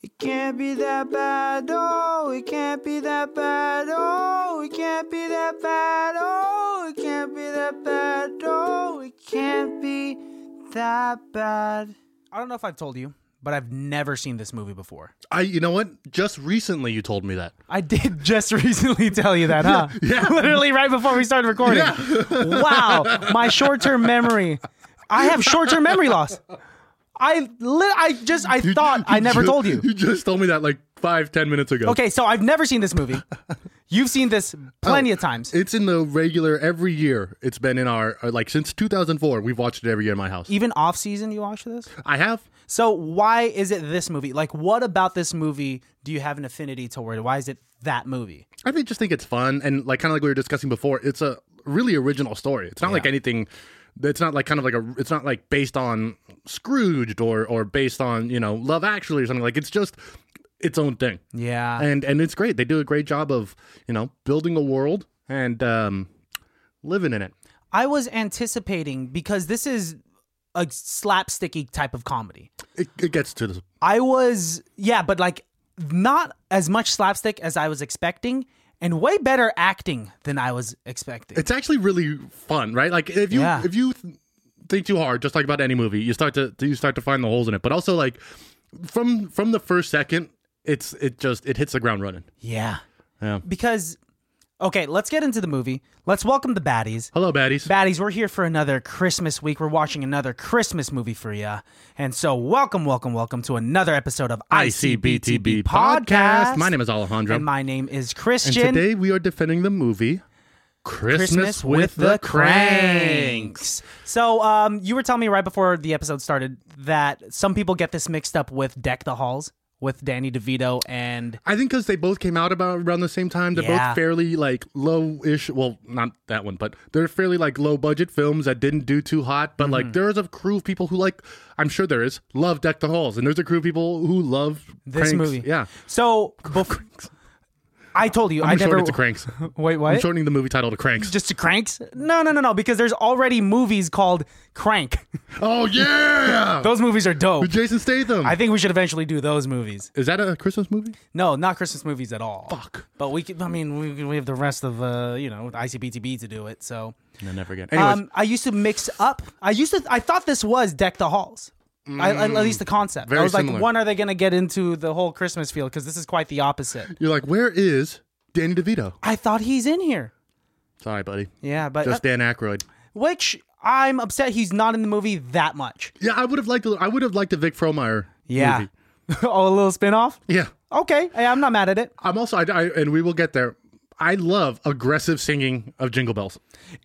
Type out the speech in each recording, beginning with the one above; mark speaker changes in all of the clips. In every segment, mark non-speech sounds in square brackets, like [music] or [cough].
Speaker 1: It can't be that bad, oh, it can't be that bad, oh, it can't be that bad, oh, it can't be that bad, oh, it can't be that bad. I don't know if I've told you, but I've never seen this movie before.
Speaker 2: I, you know what? Just recently you told me that.
Speaker 1: I did [laughs] just recently tell you that, huh?
Speaker 2: Yeah.
Speaker 1: [laughs] Literally right before we started recording.
Speaker 2: [laughs]
Speaker 1: wow, my short-term memory. I have short-term memory loss. I lit. I just I thought I never
Speaker 2: just-
Speaker 1: told you.
Speaker 2: [laughs] You just told me that like five, ten minutes ago.
Speaker 1: Okay, so I've never seen this movie. You've seen this plenty of times.
Speaker 2: It's in the regular every year. It's been in our uh, like since 2004. We've watched it every year in my house.
Speaker 1: Even off season, you watch this.
Speaker 2: I have.
Speaker 1: So why is it this movie? Like, what about this movie do you have an affinity toward? Why is it that movie?
Speaker 2: I think just think it's fun and like kind of like we were discussing before. It's a really original story. It's not like anything. It's not like kind of like a. It's not like based on Scrooged or or based on you know Love Actually or something like. It's just its own thing.
Speaker 1: Yeah.
Speaker 2: and and it's great. They do a great job of you know building a world and um, living in it.
Speaker 1: I was anticipating because this is a slapsticky type of comedy.
Speaker 2: It, it gets to the
Speaker 1: I was yeah, but like not as much slapstick as I was expecting and way better acting than I was expecting.
Speaker 2: It's actually really fun, right? Like if you
Speaker 1: Yeah.
Speaker 2: if you th- think too hard, just like about any movie, you start to you start to find the holes in it. But also like from from the first second, it's it just it hits the ground running.
Speaker 1: yeah.
Speaker 2: Yeah.
Speaker 1: Because okay, let's get into the movie. Let's welcome the baddies.
Speaker 2: Hello, baddies.
Speaker 1: Baddies, we're here for another Christmas week. We're watching another Christmas movie for ya. And so welcome, welcome, welcome to another episode of ICBTB Podcast.
Speaker 2: My name is Alejandro,
Speaker 1: and
Speaker 2: and,
Speaker 1: my name is Christian.
Speaker 2: today we are defending the movie Christmas,
Speaker 1: Christmas with, the Cranks. So, um, you were telling me right before the episode started that some people get this mixed up with Deck the Halls with Danny DeVito and
Speaker 2: I think because they both came out about around the same time. They're
Speaker 1: Yeah.
Speaker 2: both fairly like low-ish. Well, not that one, but they're fairly like low-budget films that didn't do too hot. But
Speaker 1: Mm-hmm.
Speaker 2: like there is a crew of people who like I'm sure there is love Deck the Halls, and there's a crew of people who love
Speaker 1: this
Speaker 2: Cranks.
Speaker 1: movie.
Speaker 2: Yeah,
Speaker 1: So,
Speaker 2: [laughs]
Speaker 1: bef- I told you, i
Speaker 2: I'm shortening
Speaker 1: never.
Speaker 2: it to Cranks.
Speaker 1: [laughs] Wait,
Speaker 2: I'm
Speaker 1: what?
Speaker 2: shortening the movie title to Cranks.
Speaker 1: Just to Cranks? No, no, no, no. Because there's already movies called Crank. [laughs]
Speaker 2: oh yeah,
Speaker 1: Those movies are dope.
Speaker 2: With Jason Statham.
Speaker 1: I think we should eventually do those movies.
Speaker 2: is that a Christmas movie?
Speaker 1: No, not Christmas movies at all.
Speaker 2: Fuck.
Speaker 1: But we, could, I mean, we, we have the rest of, uh, you know, ICBTB to do it. So
Speaker 2: No, never again. Anyways,
Speaker 1: Um, I used to mix up. I used to. I thought this was deck the halls. I, I- at least the concept. I
Speaker 2: Mm, Very
Speaker 1: was
Speaker 2: similar.
Speaker 1: like, when are they going to get into the whole Christmas field? Because this is quite the opposite.
Speaker 2: you're like, where is Danny DeVito?
Speaker 1: I thought he's in here.
Speaker 2: Sorry, buddy.
Speaker 1: Yeah, but uh,
Speaker 2: Just Dan Aykroyd.
Speaker 1: which I'm upset he's not in the movie that much.
Speaker 2: Yeah, I would have liked. A, I would have liked a Vic Frohmeyer.
Speaker 1: Yeah. [laughs]
Speaker 2: Movie.
Speaker 1: oh, a little spin off.
Speaker 2: Yeah.
Speaker 1: Okay, hey, I'm not mad at it.
Speaker 2: I'm also, I, I- and we will get there. I love aggressive singing of Jingle Bells,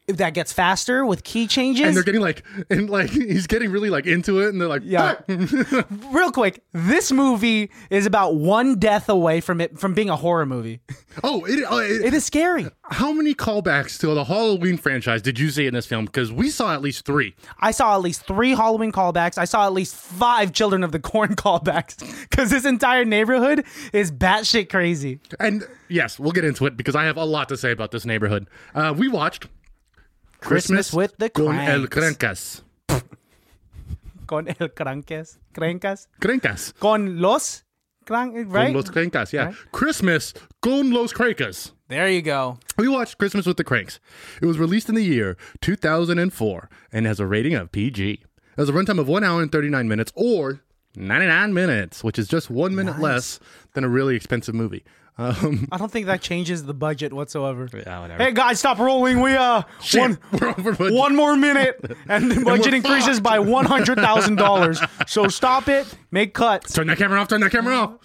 Speaker 1: If that gets faster with key
Speaker 2: and
Speaker 1: changes,
Speaker 2: they're getting like, and like [laughs] he's getting really like into it, and they're like, "Ah."
Speaker 1: Yeah. real quick, this movie is about one death away from it from being a horror movie.
Speaker 2: oh, it, oh, it-
Speaker 1: It is scary.
Speaker 2: how many callbacks to the Halloween franchise did you see in this film? Because we saw at least three.
Speaker 1: I saw at least three Halloween callbacks. I saw at least five Children of the Corn [laughs] callbacks because this entire neighborhood is batshit crazy.
Speaker 2: And yes, we'll get into it because I have a lot to say about this neighborhood. Uh, we watched Christmas,
Speaker 1: with the
Speaker 2: con el Crankas.
Speaker 1: Con el cranques, crancas,
Speaker 2: Crankas.
Speaker 1: con los cran,
Speaker 2: Con
Speaker 1: right?
Speaker 2: los Crankas, yeah. Christmas con los Crankas.
Speaker 1: there you go.
Speaker 2: We watched Christmas with the Cranks. It was released in the year 2004 and has a rating of PG. It has a runtime of 1 hour and 39 minutes or 99 minutes, which is just one minute less than a really expensive movie. Um,
Speaker 1: I don't think that changes the budget whatsoever.
Speaker 2: yeah, whatever.
Speaker 1: Hey guys, stop rolling. We uh
Speaker 2: Shit,
Speaker 1: one
Speaker 2: we're over budget.
Speaker 1: one more
Speaker 2: [laughs]
Speaker 1: minute and the budget
Speaker 2: we're
Speaker 1: increases by one hundred thousand
Speaker 2: [laughs]
Speaker 1: dollars. So stop it. Make cuts.
Speaker 2: Turn that camera off. Turn that camera off.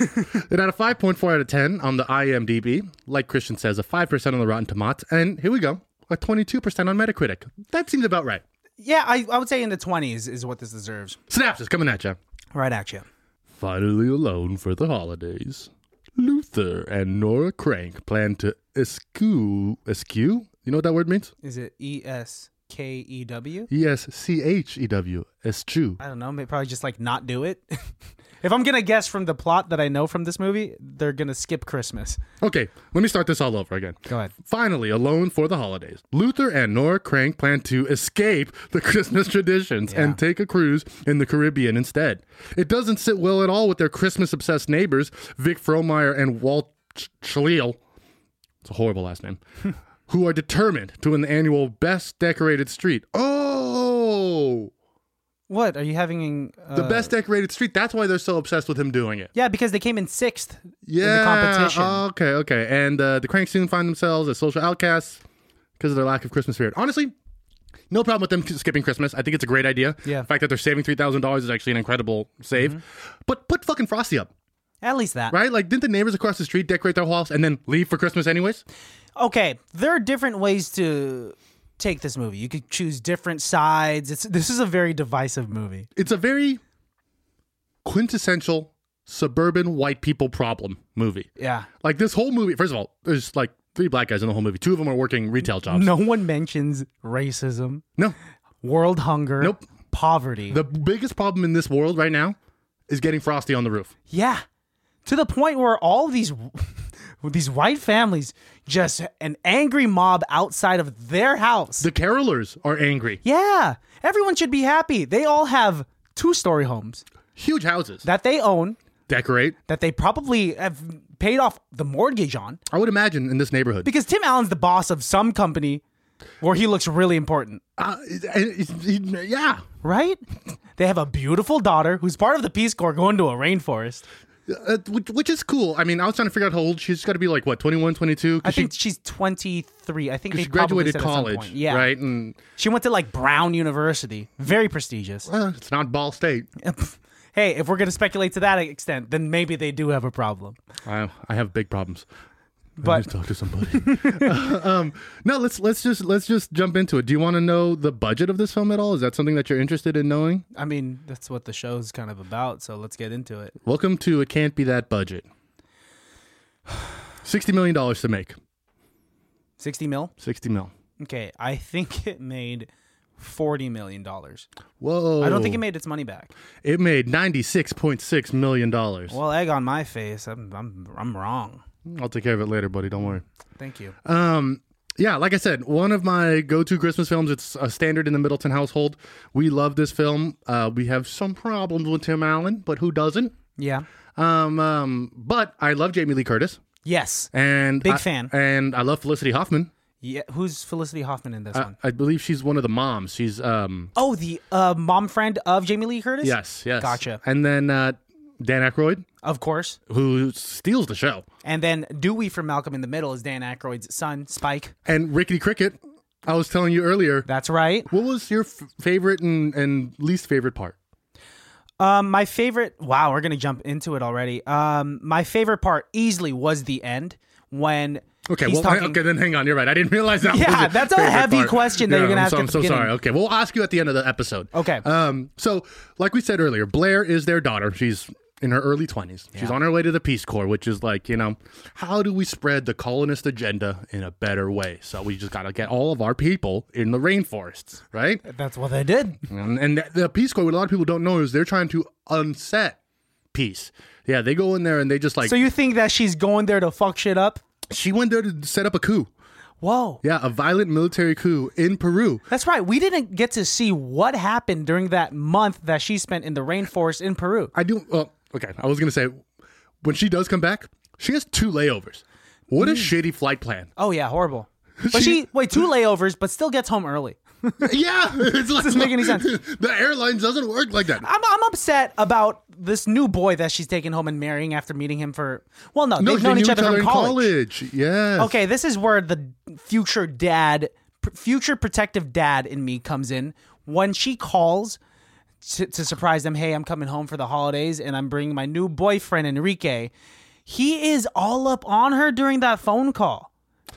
Speaker 2: it had a 5.4 out of 10 on the IMDb. Like Christian says, a 5% on the Rotten Tomatoes. And here we go, a 22% on Metacritic. That seems about right.
Speaker 1: Yeah, I, I would say in the twenties is what this deserves.
Speaker 2: Synapses coming at you.
Speaker 1: Right at you.
Speaker 2: Finally alone for the holidays, Luther and Nora Crank plan to eschew. Eschew? You know what that word means?
Speaker 1: Is it E S K E W?
Speaker 2: E S C H E W. Eschew.
Speaker 1: I don't know. Maybe probably just like not do it. [laughs] if I'm gonna guess from the plot that I know from this movie, they're gonna skip Christmas.
Speaker 2: Okay, let me start this all over again.
Speaker 1: Go ahead.
Speaker 2: Finally, alone for the holidays, Luther and Nora Crank plan to escape the [laughs] Christmas traditions and take a cruise in the Caribbean instead. It doesn't sit well at all with their Christmas obsessed neighbors, Vic Frohmeyer and Walt Ch- Schliel. It's a horrible last name. who are determined to win the annual Best Decorated Street. Oh!
Speaker 1: What are you having? Uh,
Speaker 2: The Best Decorated Street. That's why they're so obsessed with him doing it.
Speaker 1: Yeah, because they came in sixth
Speaker 2: yeah, oh,
Speaker 1: in the competition.
Speaker 2: Okay, okay. And uh, the Cranks soon find themselves as social outcasts because of their lack of Christmas spirit. Honestly, no problem with them skipping Christmas. I think it's a great idea.
Speaker 1: Yeah. Mm-hmm.
Speaker 2: The fact that they're saving $3,000 is actually an incredible save. But put fucking Frosty up,
Speaker 1: At least that.
Speaker 2: right? Like, didn't the neighbors across the street decorate their house and then leave for Christmas anyways?
Speaker 1: Okay, there are different ways to take this movie. You could choose different sides. It's this is a very divisive movie.
Speaker 2: It's a very quintessential suburban white people problem movie.
Speaker 1: Yeah.
Speaker 2: Like, this whole movie, first of all, there's like three black guys in the whole movie. Two of them are working retail jobs.
Speaker 1: No one mentions racism,
Speaker 2: no
Speaker 1: world hunger,
Speaker 2: Nope.
Speaker 1: poverty.
Speaker 2: The biggest problem in this world right now is getting Frosty on the roof.
Speaker 1: Yeah. To the point where all these these white families just an angry mob outside of their house.
Speaker 2: The carolers are angry.
Speaker 1: yeah. Everyone should be happy. They all have two-story homes
Speaker 2: Huge houses.
Speaker 1: that they own
Speaker 2: Decorate.
Speaker 1: that they probably have paid off the mortgage on
Speaker 2: I would imagine in this neighborhood.
Speaker 1: because Tim Allen's the boss of some company where he looks really important,
Speaker 2: Uh, it- it- it- yeah.
Speaker 1: right? They have a beautiful daughter who's part of the Peace Corps going to a rainforest.
Speaker 2: Uh, which, which is cool. I mean, I was trying to figure out how old she's got to be like, what, 21,
Speaker 1: I
Speaker 2: 22? Because she,
Speaker 1: think she's 23. I think they
Speaker 2: she graduated
Speaker 1: probably said at some
Speaker 2: college.
Speaker 1: point. Yeah.
Speaker 2: Right? And
Speaker 1: She went to like Brown University, very prestigious.
Speaker 2: uh, it's not Ball State.
Speaker 1: hey, if we're gonna speculate to that extent, then maybe they do have a problem.
Speaker 2: I, I have big problems. I need
Speaker 1: But
Speaker 2: to talk to somebody. [laughs] um, no, let's let's just let's just jump into it. Do you want to know the budget of this film at all? Is that something that you're interested in knowing?
Speaker 1: I mean, that's what the show's kind of about. So let's get into it.
Speaker 2: Welcome to It Can't Be That Budget. $60 million to make.
Speaker 1: Sixty mil.
Speaker 2: 60 mil.
Speaker 1: Okay, I think [laughs] it made forty million dollars.
Speaker 2: Whoa.
Speaker 1: I don't think it made its money back.
Speaker 2: It made $96.6 million. I'll
Speaker 1: Well, egg on my face. I'm I'm I'm wrong. Uh,
Speaker 2: take care of it later, buddy. Don't worry.
Speaker 1: Thank you.
Speaker 2: Um, yeah, like I said, one of my go-to Christmas films. It's a standard in the Middleton household. We love this film. Uh, we have some problems with Tim Allen, but who doesn't?
Speaker 1: Yeah.
Speaker 2: Um, um, but I love Jamie Lee Curtis
Speaker 1: Yes.
Speaker 2: and
Speaker 1: Big
Speaker 2: I-
Speaker 1: fan.
Speaker 2: and I love Felicity Hoffman.
Speaker 1: Yeah. Who's Felicity Hoffman in this
Speaker 2: I,
Speaker 1: one?
Speaker 2: I believe she's one of the moms. She's um,
Speaker 1: Oh, the uh, mom friend of Jamie Lee Curtis.
Speaker 2: Yes, yes.
Speaker 1: Gotcha.
Speaker 2: And then uh, Dan Aykroyd,
Speaker 1: Of course.
Speaker 2: who steals the show,
Speaker 1: And then Dewey from Malcolm in the Middle is Dan Aykroyd's son, Spike.
Speaker 2: and Rickety Cricket. I was telling you earlier.
Speaker 1: That's right.
Speaker 2: What was your f- favorite and, and least favorite part?
Speaker 1: Um, my favorite. Wow, we're gonna jump into it already. Um, my favorite part easily was the end when.
Speaker 2: Okay,
Speaker 1: he's
Speaker 2: well,
Speaker 1: talking,
Speaker 2: I, okay, then hang on. You're right. I didn't realize that.
Speaker 1: Yeah,
Speaker 2: was your
Speaker 1: that's a
Speaker 2: favorite
Speaker 1: heavy
Speaker 2: part.
Speaker 1: question that you're gonna
Speaker 2: I'm
Speaker 1: ask
Speaker 2: So,
Speaker 1: at
Speaker 2: I'm
Speaker 1: the
Speaker 2: so
Speaker 1: beginning.
Speaker 2: sorry. Okay, we'll ask you at the end of the episode.
Speaker 1: Okay.
Speaker 2: Um. So, like we said earlier, Blair is their daughter. She's in her early 20s. She's on her way to the Peace Corps, which is like, you know, how do we spread the colonist agenda in a better way? So we just got to get all of our people in the rainforests,
Speaker 1: [laughs]
Speaker 2: right?
Speaker 1: That's what they did.
Speaker 2: And, and the, the Peace Corps, what a lot of people don't know is they're trying to unset peace. Yeah, they go in there and they just like
Speaker 1: So you think that she's going there to fuck shit up?
Speaker 2: she went there to set up a coup.
Speaker 1: Whoa,
Speaker 2: Yeah, a violent military coup in Peru.
Speaker 1: that's right. We didn't get to see what happened during that month that she spent in the rainforest in Peru.
Speaker 2: I do. Well, okay, I was gonna say when she does come back, she has two layovers. What a
Speaker 1: Mm.
Speaker 2: shitty
Speaker 1: [laughs]
Speaker 2: flight plan.
Speaker 1: Oh yeah, horrible. But
Speaker 2: She-
Speaker 1: she wait two layovers, but still gets home early.
Speaker 2: yeah, [laughs] it's like,
Speaker 1: doesn't make any sense.
Speaker 2: [laughs] The airlines doesn't work like that.
Speaker 1: I'm, I'm upset about this new boy that she's taking home and marrying after meeting him for well no, they've
Speaker 2: they
Speaker 1: known
Speaker 2: knew
Speaker 1: each other from
Speaker 2: in
Speaker 1: college.
Speaker 2: college. Yes.
Speaker 1: Okay, this is where the future dad, pr- future protective dad in me comes in when she calls to, to surprise them. Hey, I'm coming home for the holidays, and I'm bringing my new boyfriend Enrique. He is all up on her during that phone call.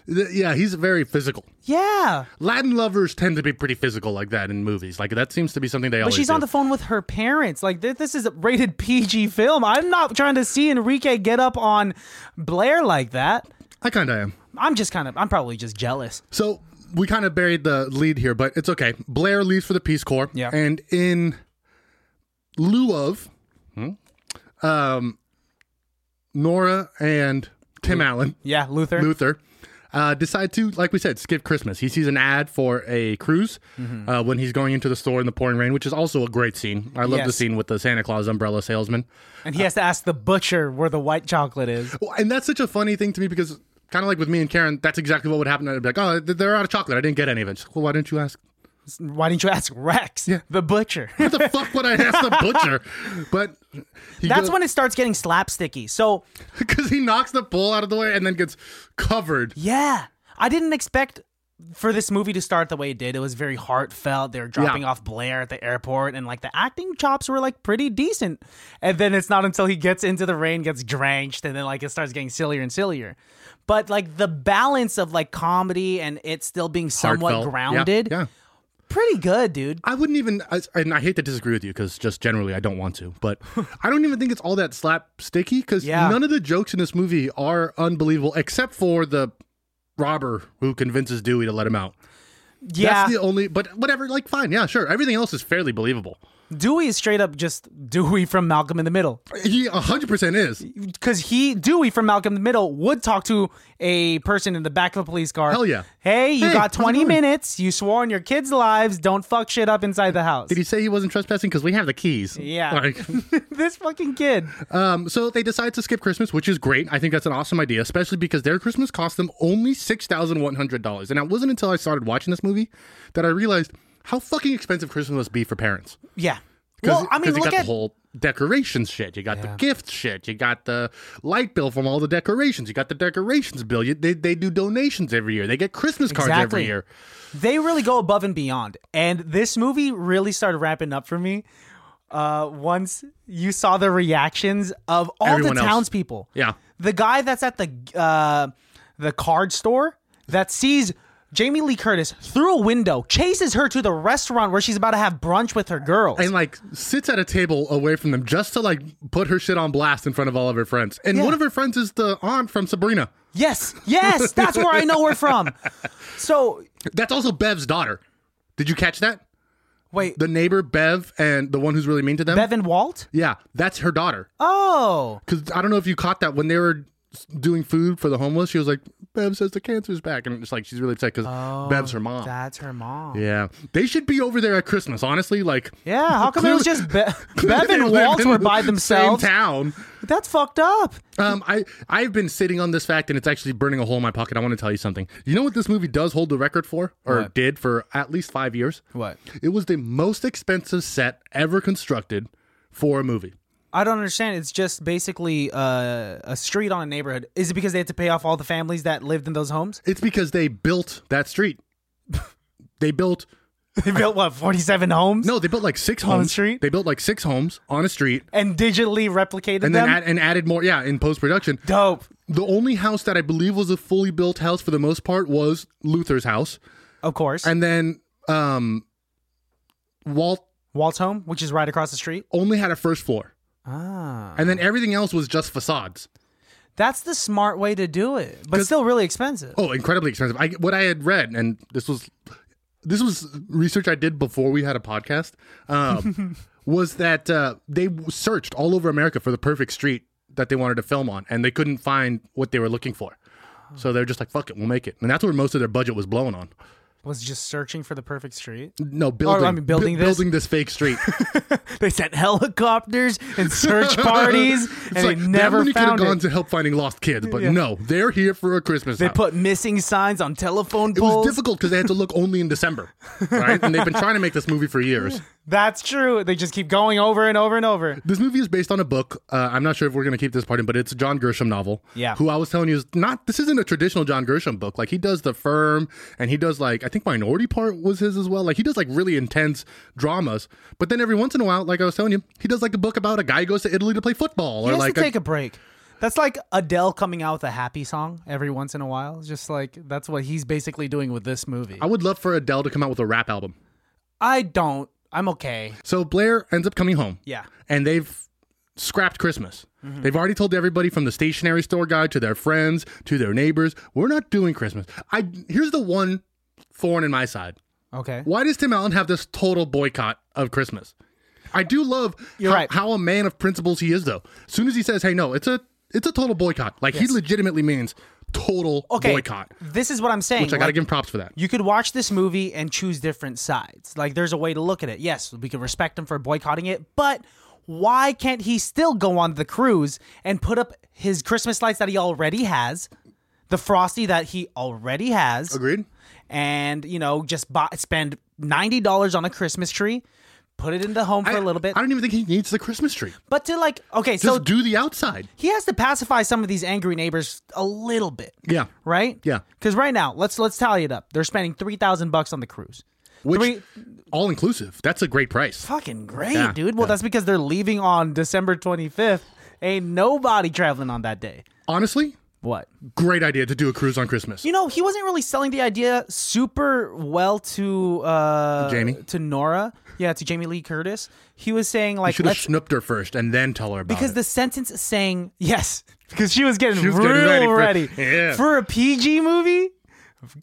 Speaker 2: Th- Yeah, he's very physical.
Speaker 1: Yeah,
Speaker 2: Latin lovers tend to be pretty physical like that in movies. Like that seems to be something they
Speaker 1: but
Speaker 2: always.
Speaker 1: she's
Speaker 2: do.
Speaker 1: on the phone with her parents. Like this, this is a rated [laughs] PG film. I'm not trying to see Enrique get up on Blair like that.
Speaker 2: I kind of am.
Speaker 1: I'm just kind of, I'm probably just jealous.
Speaker 2: So we kind of buried the lead here, but it's okay. Blair leaves for the Peace Corps,
Speaker 1: Yeah.
Speaker 2: and in lieu of
Speaker 1: Hmm?
Speaker 2: um, Nora and Tim Allen,
Speaker 1: Yeah, Luther.
Speaker 2: Luther uh, decide to, like we said, skip Christmas. He sees an ad for a cruise
Speaker 1: Mm-hmm.
Speaker 2: uh, when he's going into the store in the pouring rain, which is also a great scene. I love the
Speaker 1: Yes.
Speaker 2: scene with the Santa Claus umbrella salesman.
Speaker 1: and he has to ask the butcher where the white chocolate is.
Speaker 2: Well, and that's such a funny thing to me because, kind of like with me and Karen, that's exactly what would happen. I'd be like, oh, th- they're out of chocolate. I didn't get any of it. She's like, well, why didn't you ask?
Speaker 1: Why didn't you ask Rex, the
Speaker 2: [laughs]
Speaker 1: butcher?
Speaker 2: What the fuck would I ask the butcher? But he
Speaker 1: That's
Speaker 2: goes,
Speaker 1: when it starts getting slapsticky. So
Speaker 2: because he knocks the bull out of the way and then gets covered.
Speaker 1: yeah, I didn't expect for this movie to start the way it did. It was very heartfelt. They're dropping off Blair at the airport, and like the acting chops were like pretty decent. And then it's not until he gets into the rain, gets drenched, and then like it starts getting sillier and sillier. But like the balance of like comedy and it still being somewhat
Speaker 2: Heartfelt. Yeah,
Speaker 1: grounded,
Speaker 2: yeah.
Speaker 1: pretty good, dude.
Speaker 2: I wouldn't even, I- and I hate to disagree with you because just generally I don't want to,
Speaker 1: [laughs]
Speaker 2: but I don't even think it's all that slapsticky because
Speaker 1: Yeah.
Speaker 2: none of the jokes in this movie are unbelievable except for the robber who convinces Dewey to let him out.
Speaker 1: Yeah,
Speaker 2: That's the only, but whatever, like fine, yeah, sure. Everything else is fairly believable.
Speaker 1: Dewey is straight up just Dewey from Malcolm in the Middle.
Speaker 2: He 100% is.
Speaker 1: because he Dewey from Malcolm in the Middle would talk to a person in the back of a police car.
Speaker 2: Hell yeah.
Speaker 1: Hey, you
Speaker 2: Hey,
Speaker 1: got
Speaker 2: how's it
Speaker 1: 20
Speaker 2: going?
Speaker 1: minutes. You swore on your kids' lives. Don't fuck shit up inside the house.
Speaker 2: Did he say he wasn't trespassing? Because we have the keys.
Speaker 1: Yeah.
Speaker 2: Like,
Speaker 1: [laughs]
Speaker 2: [laughs]
Speaker 1: this fucking kid.
Speaker 2: um, so they decide to skip Christmas, which is great. I think that's an awesome idea, especially because their Christmas cost them only $6,100. And it wasn't until I started watching this movie that I realized how fucking expensive Christmas must be for parents.
Speaker 1: Yeah.
Speaker 2: 'Cause-
Speaker 1: Well, I mean,
Speaker 2: 'cause you
Speaker 1: look
Speaker 2: got
Speaker 1: at
Speaker 2: the whole decorations shit. You got
Speaker 1: Yeah.
Speaker 2: the gift shit. You got the light bill from all the decorations. You got the decorations bill. You, they, they do donations every year. They get Christmas cards
Speaker 1: Exactly.
Speaker 2: every year.
Speaker 1: they really go above and beyond. And this movie really started wrapping up for me uh, once you saw the reactions of all
Speaker 2: Everyone
Speaker 1: the
Speaker 2: else.
Speaker 1: townspeople.
Speaker 2: Yeah.
Speaker 1: the guy that's at the uh, the card store that sees Jamie Lee Curtis through a window, chases her to the restaurant where she's about to have brunch with her girls.
Speaker 2: and like sits at a table away from them just to like put her shit on blast in front of all of her friends. And
Speaker 1: Yeah.
Speaker 2: one of her friends is the aunt from Sabrina.
Speaker 1: yes, yes, that's where I know we're
Speaker 2: [laughs]
Speaker 1: from. So
Speaker 2: That's also Bev's daughter. Did you catch that?
Speaker 1: wait,
Speaker 2: The neighbor Bev and the one who's really mean to them.
Speaker 1: Bevan Walt?
Speaker 2: Yeah, that's her daughter.
Speaker 1: Oh,
Speaker 2: Because I don't know if you caught that when they were s- doing food for the homeless. She was like, "Bev says the cancer's back," and it's like she's really upset because
Speaker 1: Oh,
Speaker 2: Bev's her mom.
Speaker 1: that's her mom. Yeah,
Speaker 2: yeah, they should be over there at Christmas. Honestly, like
Speaker 1: how come it was just Be-
Speaker 2: [laughs]
Speaker 1: Bev
Speaker 2: they
Speaker 1: and
Speaker 2: lived
Speaker 1: Walt
Speaker 2: in
Speaker 1: were
Speaker 2: the
Speaker 1: by themselves?
Speaker 2: Same town.
Speaker 1: That's fucked up.
Speaker 2: Um, I I've been sitting on this fact, and it's actually burning a hole in my pocket. I want to tell you something. You know what this movie does hold the record for, or
Speaker 1: What?
Speaker 2: did for at least five years?
Speaker 1: What?
Speaker 2: It was the most expensive set ever constructed for a movie.
Speaker 1: I don't understand. It's just basically uh, a street on a neighborhood. Is it because they had to pay off all the families that lived in those homes? [laughs]
Speaker 2: It's because they built that street. [laughs] they built
Speaker 1: They built what, 47 homes?
Speaker 2: no, they built like six
Speaker 1: a
Speaker 2: homes.
Speaker 1: street?
Speaker 2: They built like six homes on a street,
Speaker 1: And digitally replicated
Speaker 2: and
Speaker 1: them?
Speaker 2: then add, and added more. Yeah, in post production,
Speaker 1: Dope.
Speaker 2: the only house that I believe was a fully built house for the most part was Luther's house,
Speaker 1: Of course.
Speaker 2: and then um, Walt
Speaker 1: Walt's home, which is right across the street.
Speaker 2: only had a first floor.
Speaker 1: Ah.
Speaker 2: and then everything else was just facades.
Speaker 1: That's the smart way to do it, but still really expensive.
Speaker 2: Oh, incredibly expensive. I what I had read, and this was this was research I did before we had a podcast.
Speaker 1: [laughs]
Speaker 2: Um, was that uh, they searched all over America for the perfect street that they wanted to film on, and they couldn't find what they were looking for. So they're just like, "Fuck it, we'll make it," and that's where most of their budget was blown on.
Speaker 1: Was just searching for the perfect street.
Speaker 2: No building,
Speaker 1: Oh, mean, building
Speaker 2: bu-
Speaker 1: this?
Speaker 2: building this fake street. [laughs]
Speaker 1: They sent helicopters and search parties, [laughs] and
Speaker 2: It's
Speaker 1: they
Speaker 2: like,
Speaker 1: never
Speaker 2: that money could have
Speaker 1: found
Speaker 2: gone
Speaker 1: it.
Speaker 2: to help finding lost kids,
Speaker 1: [laughs]
Speaker 2: but no, they're here for a Christmas.
Speaker 1: they
Speaker 2: house.
Speaker 1: put missing signs on telephone
Speaker 2: It was
Speaker 1: poles.
Speaker 2: difficult because they had to look only in December, right? and they've been trying to make this movie
Speaker 1: [laughs]
Speaker 2: for years.
Speaker 1: That's true. They just keep going over and over and over.
Speaker 2: This movie is based on a book. Uh, I'm not sure if we're going to keep this part in, but it's a John Grisham novel.
Speaker 1: Yeah.
Speaker 2: Who I was telling you is not. This isn't a traditional John Grisham book. Like he does The Firm, and he does like I think Minority Part was his as well. Like he does like really intense dramas. But then every once in a while, like I was telling you, he does like a book about a guy who goes to Italy to play football,
Speaker 1: He
Speaker 2: or
Speaker 1: has
Speaker 2: like
Speaker 1: to
Speaker 2: a-
Speaker 1: take a break. That's like Adele coming out with a happy song every once in a while. It's just like that's what he's basically doing with this movie.
Speaker 2: I would love for Adele to come out with a rap album.
Speaker 1: I don't. I'm okay.
Speaker 2: So Blair ends up coming home.
Speaker 1: Yeah.
Speaker 2: and they've scrapped Christmas.
Speaker 1: Mm-hmm.
Speaker 2: They've already told everybody from the stationery store guy to their friends to their neighbors, we're not doing Christmas. I here's the one thorn in my side.
Speaker 1: Okay.
Speaker 2: Why does Tim Allen have this total boycott of Christmas? I do love
Speaker 1: You're
Speaker 2: how,
Speaker 1: right.
Speaker 2: how a man of principles he is, though. As soon as he says, "Hey, no, it's a it's a total boycott," like he legitimately means total
Speaker 1: Okay.
Speaker 2: boycott.
Speaker 1: This is what I'm saying.
Speaker 2: Which I gotta
Speaker 1: like,
Speaker 2: give him props for that.
Speaker 1: you could watch this movie and choose different sides. Like, there's a way to look at it. Yes, we could respect him for boycotting it, but why can't he still go on the cruise and put up his Christmas lights that he already has, the frosty that he already has,
Speaker 2: Agreed.
Speaker 1: and you know just buy, spend ninety dollars on a Christmas tree, put it in the home for a little bit,
Speaker 2: I don't even think he needs the Christmas tree.
Speaker 1: but to like, okay,
Speaker 2: Just
Speaker 1: so
Speaker 2: do the outside.
Speaker 1: he has to pacify some of these angry neighbors a little bit,
Speaker 2: Yeah.
Speaker 1: right?
Speaker 2: Yeah.
Speaker 1: Because right now, let's let's tally it up. They're spending three thousand bucks on the cruise.
Speaker 2: Which
Speaker 1: Three-
Speaker 2: all inclusive. That's a great price.
Speaker 1: fucking great,
Speaker 2: Yeah,
Speaker 1: dude. Well, that's because they're leaving on December 25th. Ain't nobody traveling on that day.
Speaker 2: Honestly,
Speaker 1: What?
Speaker 2: great idea to do a cruise on Christmas.
Speaker 1: You know, he wasn't really selling the idea super well to uh
Speaker 2: Jamie?
Speaker 1: to Nora. Yeah, to Jamie Lee Curtis. He was saying like
Speaker 2: Should have
Speaker 1: let's
Speaker 2: snooped her first and then tell her about
Speaker 1: because
Speaker 2: it.
Speaker 1: the sentence saying yes [laughs] because she was getting
Speaker 2: was
Speaker 1: real
Speaker 2: getting ready
Speaker 1: ready,
Speaker 2: for-
Speaker 1: for,
Speaker 2: [laughs] yeah.
Speaker 1: a PG movie.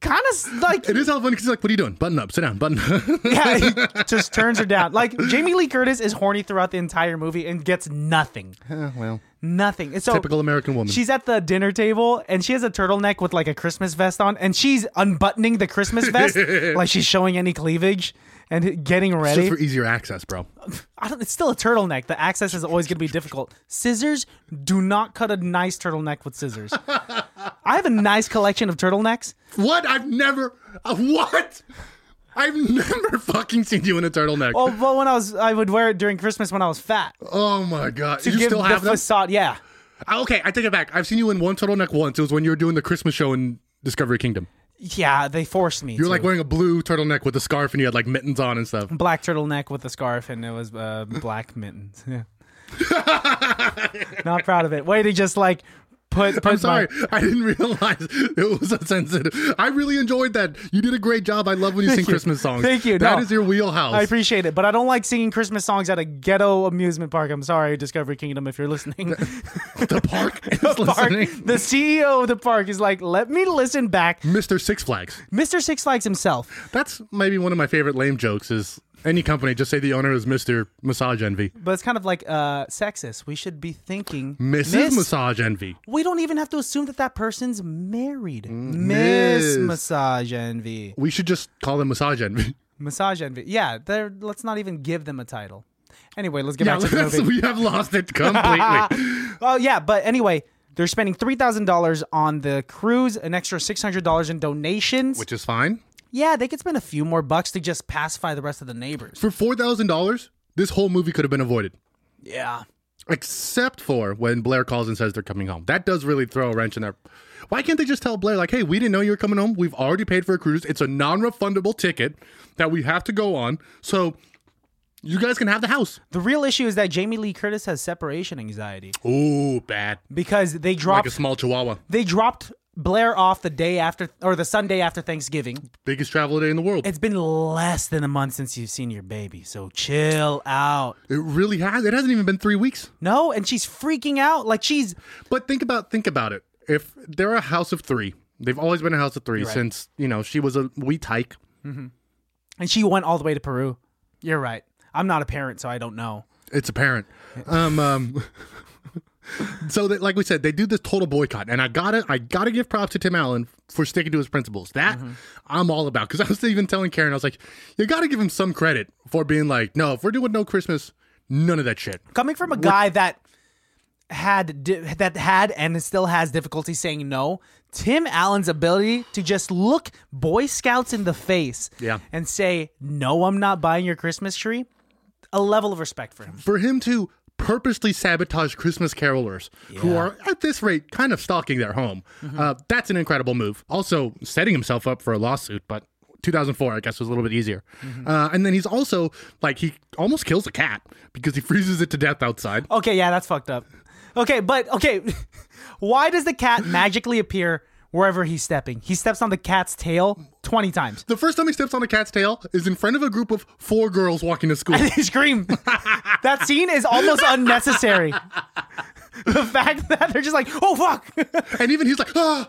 Speaker 1: Kind of like
Speaker 2: it is how funny because like, what are you doing? Button up, sit down, button up.
Speaker 1: yeah, he just turns her down. Like Jamie Lee Curtis is horny throughout the entire movie and gets nothing,
Speaker 2: [laughs] well,
Speaker 1: nothing. And so
Speaker 2: typical American woman.
Speaker 1: She's at the dinner table and she has a turtleneck with like a Christmas vest on, and she's unbuttoning the Christmas
Speaker 2: [laughs]
Speaker 1: vest like she's showing any cleavage and getting ready.
Speaker 2: Just for easier access, bro.
Speaker 1: I don't, it's still a turtleneck. The access is always going to be difficult. Scissors do not cut a nice turtleneck with scissors. I have a nice collection of turtlenecks.
Speaker 2: What? I've never. uh, what? I've [laughs] never fucking seen you in a turtleneck.
Speaker 1: Oh,
Speaker 2: Oh,
Speaker 1: but when I was, I would wear it during Christmas when I was fat.
Speaker 2: my god!
Speaker 1: To
Speaker 2: You
Speaker 1: give
Speaker 2: still
Speaker 1: the
Speaker 2: have them?
Speaker 1: facade, yeah.
Speaker 2: Ah, okay, I take it back. I've seen you in one turtleneck once. It was when you were doing the Christmas show in Discovery Kingdom.
Speaker 1: Yeah, they forced me.
Speaker 2: You were like wearing a blue turtleneck with a scarf, and you had like mittens on and stuff.
Speaker 1: black turtleneck with a scarf and it was uh, black mittens. [laughs]
Speaker 2: [laughs]
Speaker 1: Yeah. Not proud of it. Way to just like put. put
Speaker 2: I'm sorry,
Speaker 1: my-
Speaker 2: I didn't [laughs] realize it was sensitive. I really enjoyed that. You did a great job. I love when you sing
Speaker 1: you.
Speaker 2: Christmas songs.
Speaker 1: Thank you.
Speaker 2: That is
Speaker 1: No.
Speaker 2: your wheelhouse.
Speaker 1: I appreciate it, but I don't like singing Christmas songs at a ghetto amusement park. I'm sorry, Discovery Kingdom, if you're listening. [laughs]
Speaker 2: the park is
Speaker 1: park,
Speaker 2: listening.
Speaker 1: the CEO of the park is like, let me listen back.
Speaker 2: Mr. Six Flags.
Speaker 1: Mr. Six Flags himself,
Speaker 2: That's maybe one of my favorite lame jokes is any company just say the owner is Mr. Massage Envy.
Speaker 1: but it's kind of like uh, sexist. We should be thinking,
Speaker 2: Mrs.
Speaker 1: Miss-
Speaker 2: Massage Envy.
Speaker 1: we don't even have to assume that that person's married.
Speaker 2: Mm, Miss.
Speaker 1: Miss Massage Envy.
Speaker 2: We should just call them Massage Envy.
Speaker 1: Massage envy. Yeah, they're, let's not even give them a title. Anyway, let's get
Speaker 2: Yeah,
Speaker 1: back to the
Speaker 2: that's-
Speaker 1: movie.
Speaker 2: [laughs] we have lost it
Speaker 1: [laughs]
Speaker 2: completely.
Speaker 1: Oh yeah, but anyway, they're spending three thousand dollars on the cruise, an extra six hundred dollars in donations.
Speaker 2: Which is fine.
Speaker 1: yeah, they could spend a few more bucks to just pacify the rest of the neighbors.
Speaker 2: For $4,000, this whole movie could have been avoided.
Speaker 1: Yeah,
Speaker 2: Except for when Blair calls and says they're coming home. That does really throw a wrench in there. Why can't they just tell Blair, like, hey, we didn't know you were coming home. We've already paid for a cruise. It's a non refundable ticket that we have to go on. So you guys can have the house.
Speaker 1: the real issue is that Jamie Lee Curtis has separation anxiety
Speaker 2: Ooh, bad.
Speaker 1: because they
Speaker 2: Like
Speaker 1: dropped
Speaker 2: a small chihuahua.
Speaker 1: they dropped Blair off the day after or the Sunday after Thanksgiving.
Speaker 2: Biggest travel day in the world. It,
Speaker 1: It's been less than a month since you've seen your baby, so chill out.
Speaker 2: really has. It hasn't even been three weeks.
Speaker 1: No, and she's freaking out like she's
Speaker 2: But think about think about it. If they're a house of three, they've always been a house of 3 since you know she was a wee tyke.
Speaker 1: And she went all the way to Peru. You're right. I'm not a parent, so I don't know.
Speaker 2: It's apparent. Um, um [laughs] So that, like we said, they do this total boycott, and I gotta, I gotta give props to Tim Allen for sticking to his principles. That I'm all about. Because I was even telling Karen, I was like, you gotta give him some credit for being like, no, if we're doing no Christmas, none of that shit.
Speaker 1: Coming from a guy that had di- that had and still has difficulty saying no, Tim Allen's ability to just look Boy Scouts in the face
Speaker 2: Yeah.
Speaker 1: and say, "No, I'm not buying your Christmas tree." A level of respect for him.
Speaker 2: for him to purposely sabotage Christmas carolers who
Speaker 1: Yeah. Mm-hmm.
Speaker 2: are at this rate kind of stalking their home. Uh, that's an incredible move. Also, setting himself up for a lawsuit, but 2004, I guess, was a little bit easier.
Speaker 1: Mm-hmm.
Speaker 2: Uh, and then he's also like he almost kills a cat because he freezes it to death outside.
Speaker 1: Okay, yeah, that's fucked up. Okay, but okay, [laughs] why does the cat magically appear wherever he's stepping? He steps on the cat's tail 20 times.
Speaker 2: The first time he steps on a cat's tail is in front of a group of
Speaker 1: [laughs]
Speaker 2: four girls walking to school.
Speaker 1: They scream. that scene is almost unnecessary. the fact that they're just like, oh fuck.
Speaker 2: And even he's like, ah,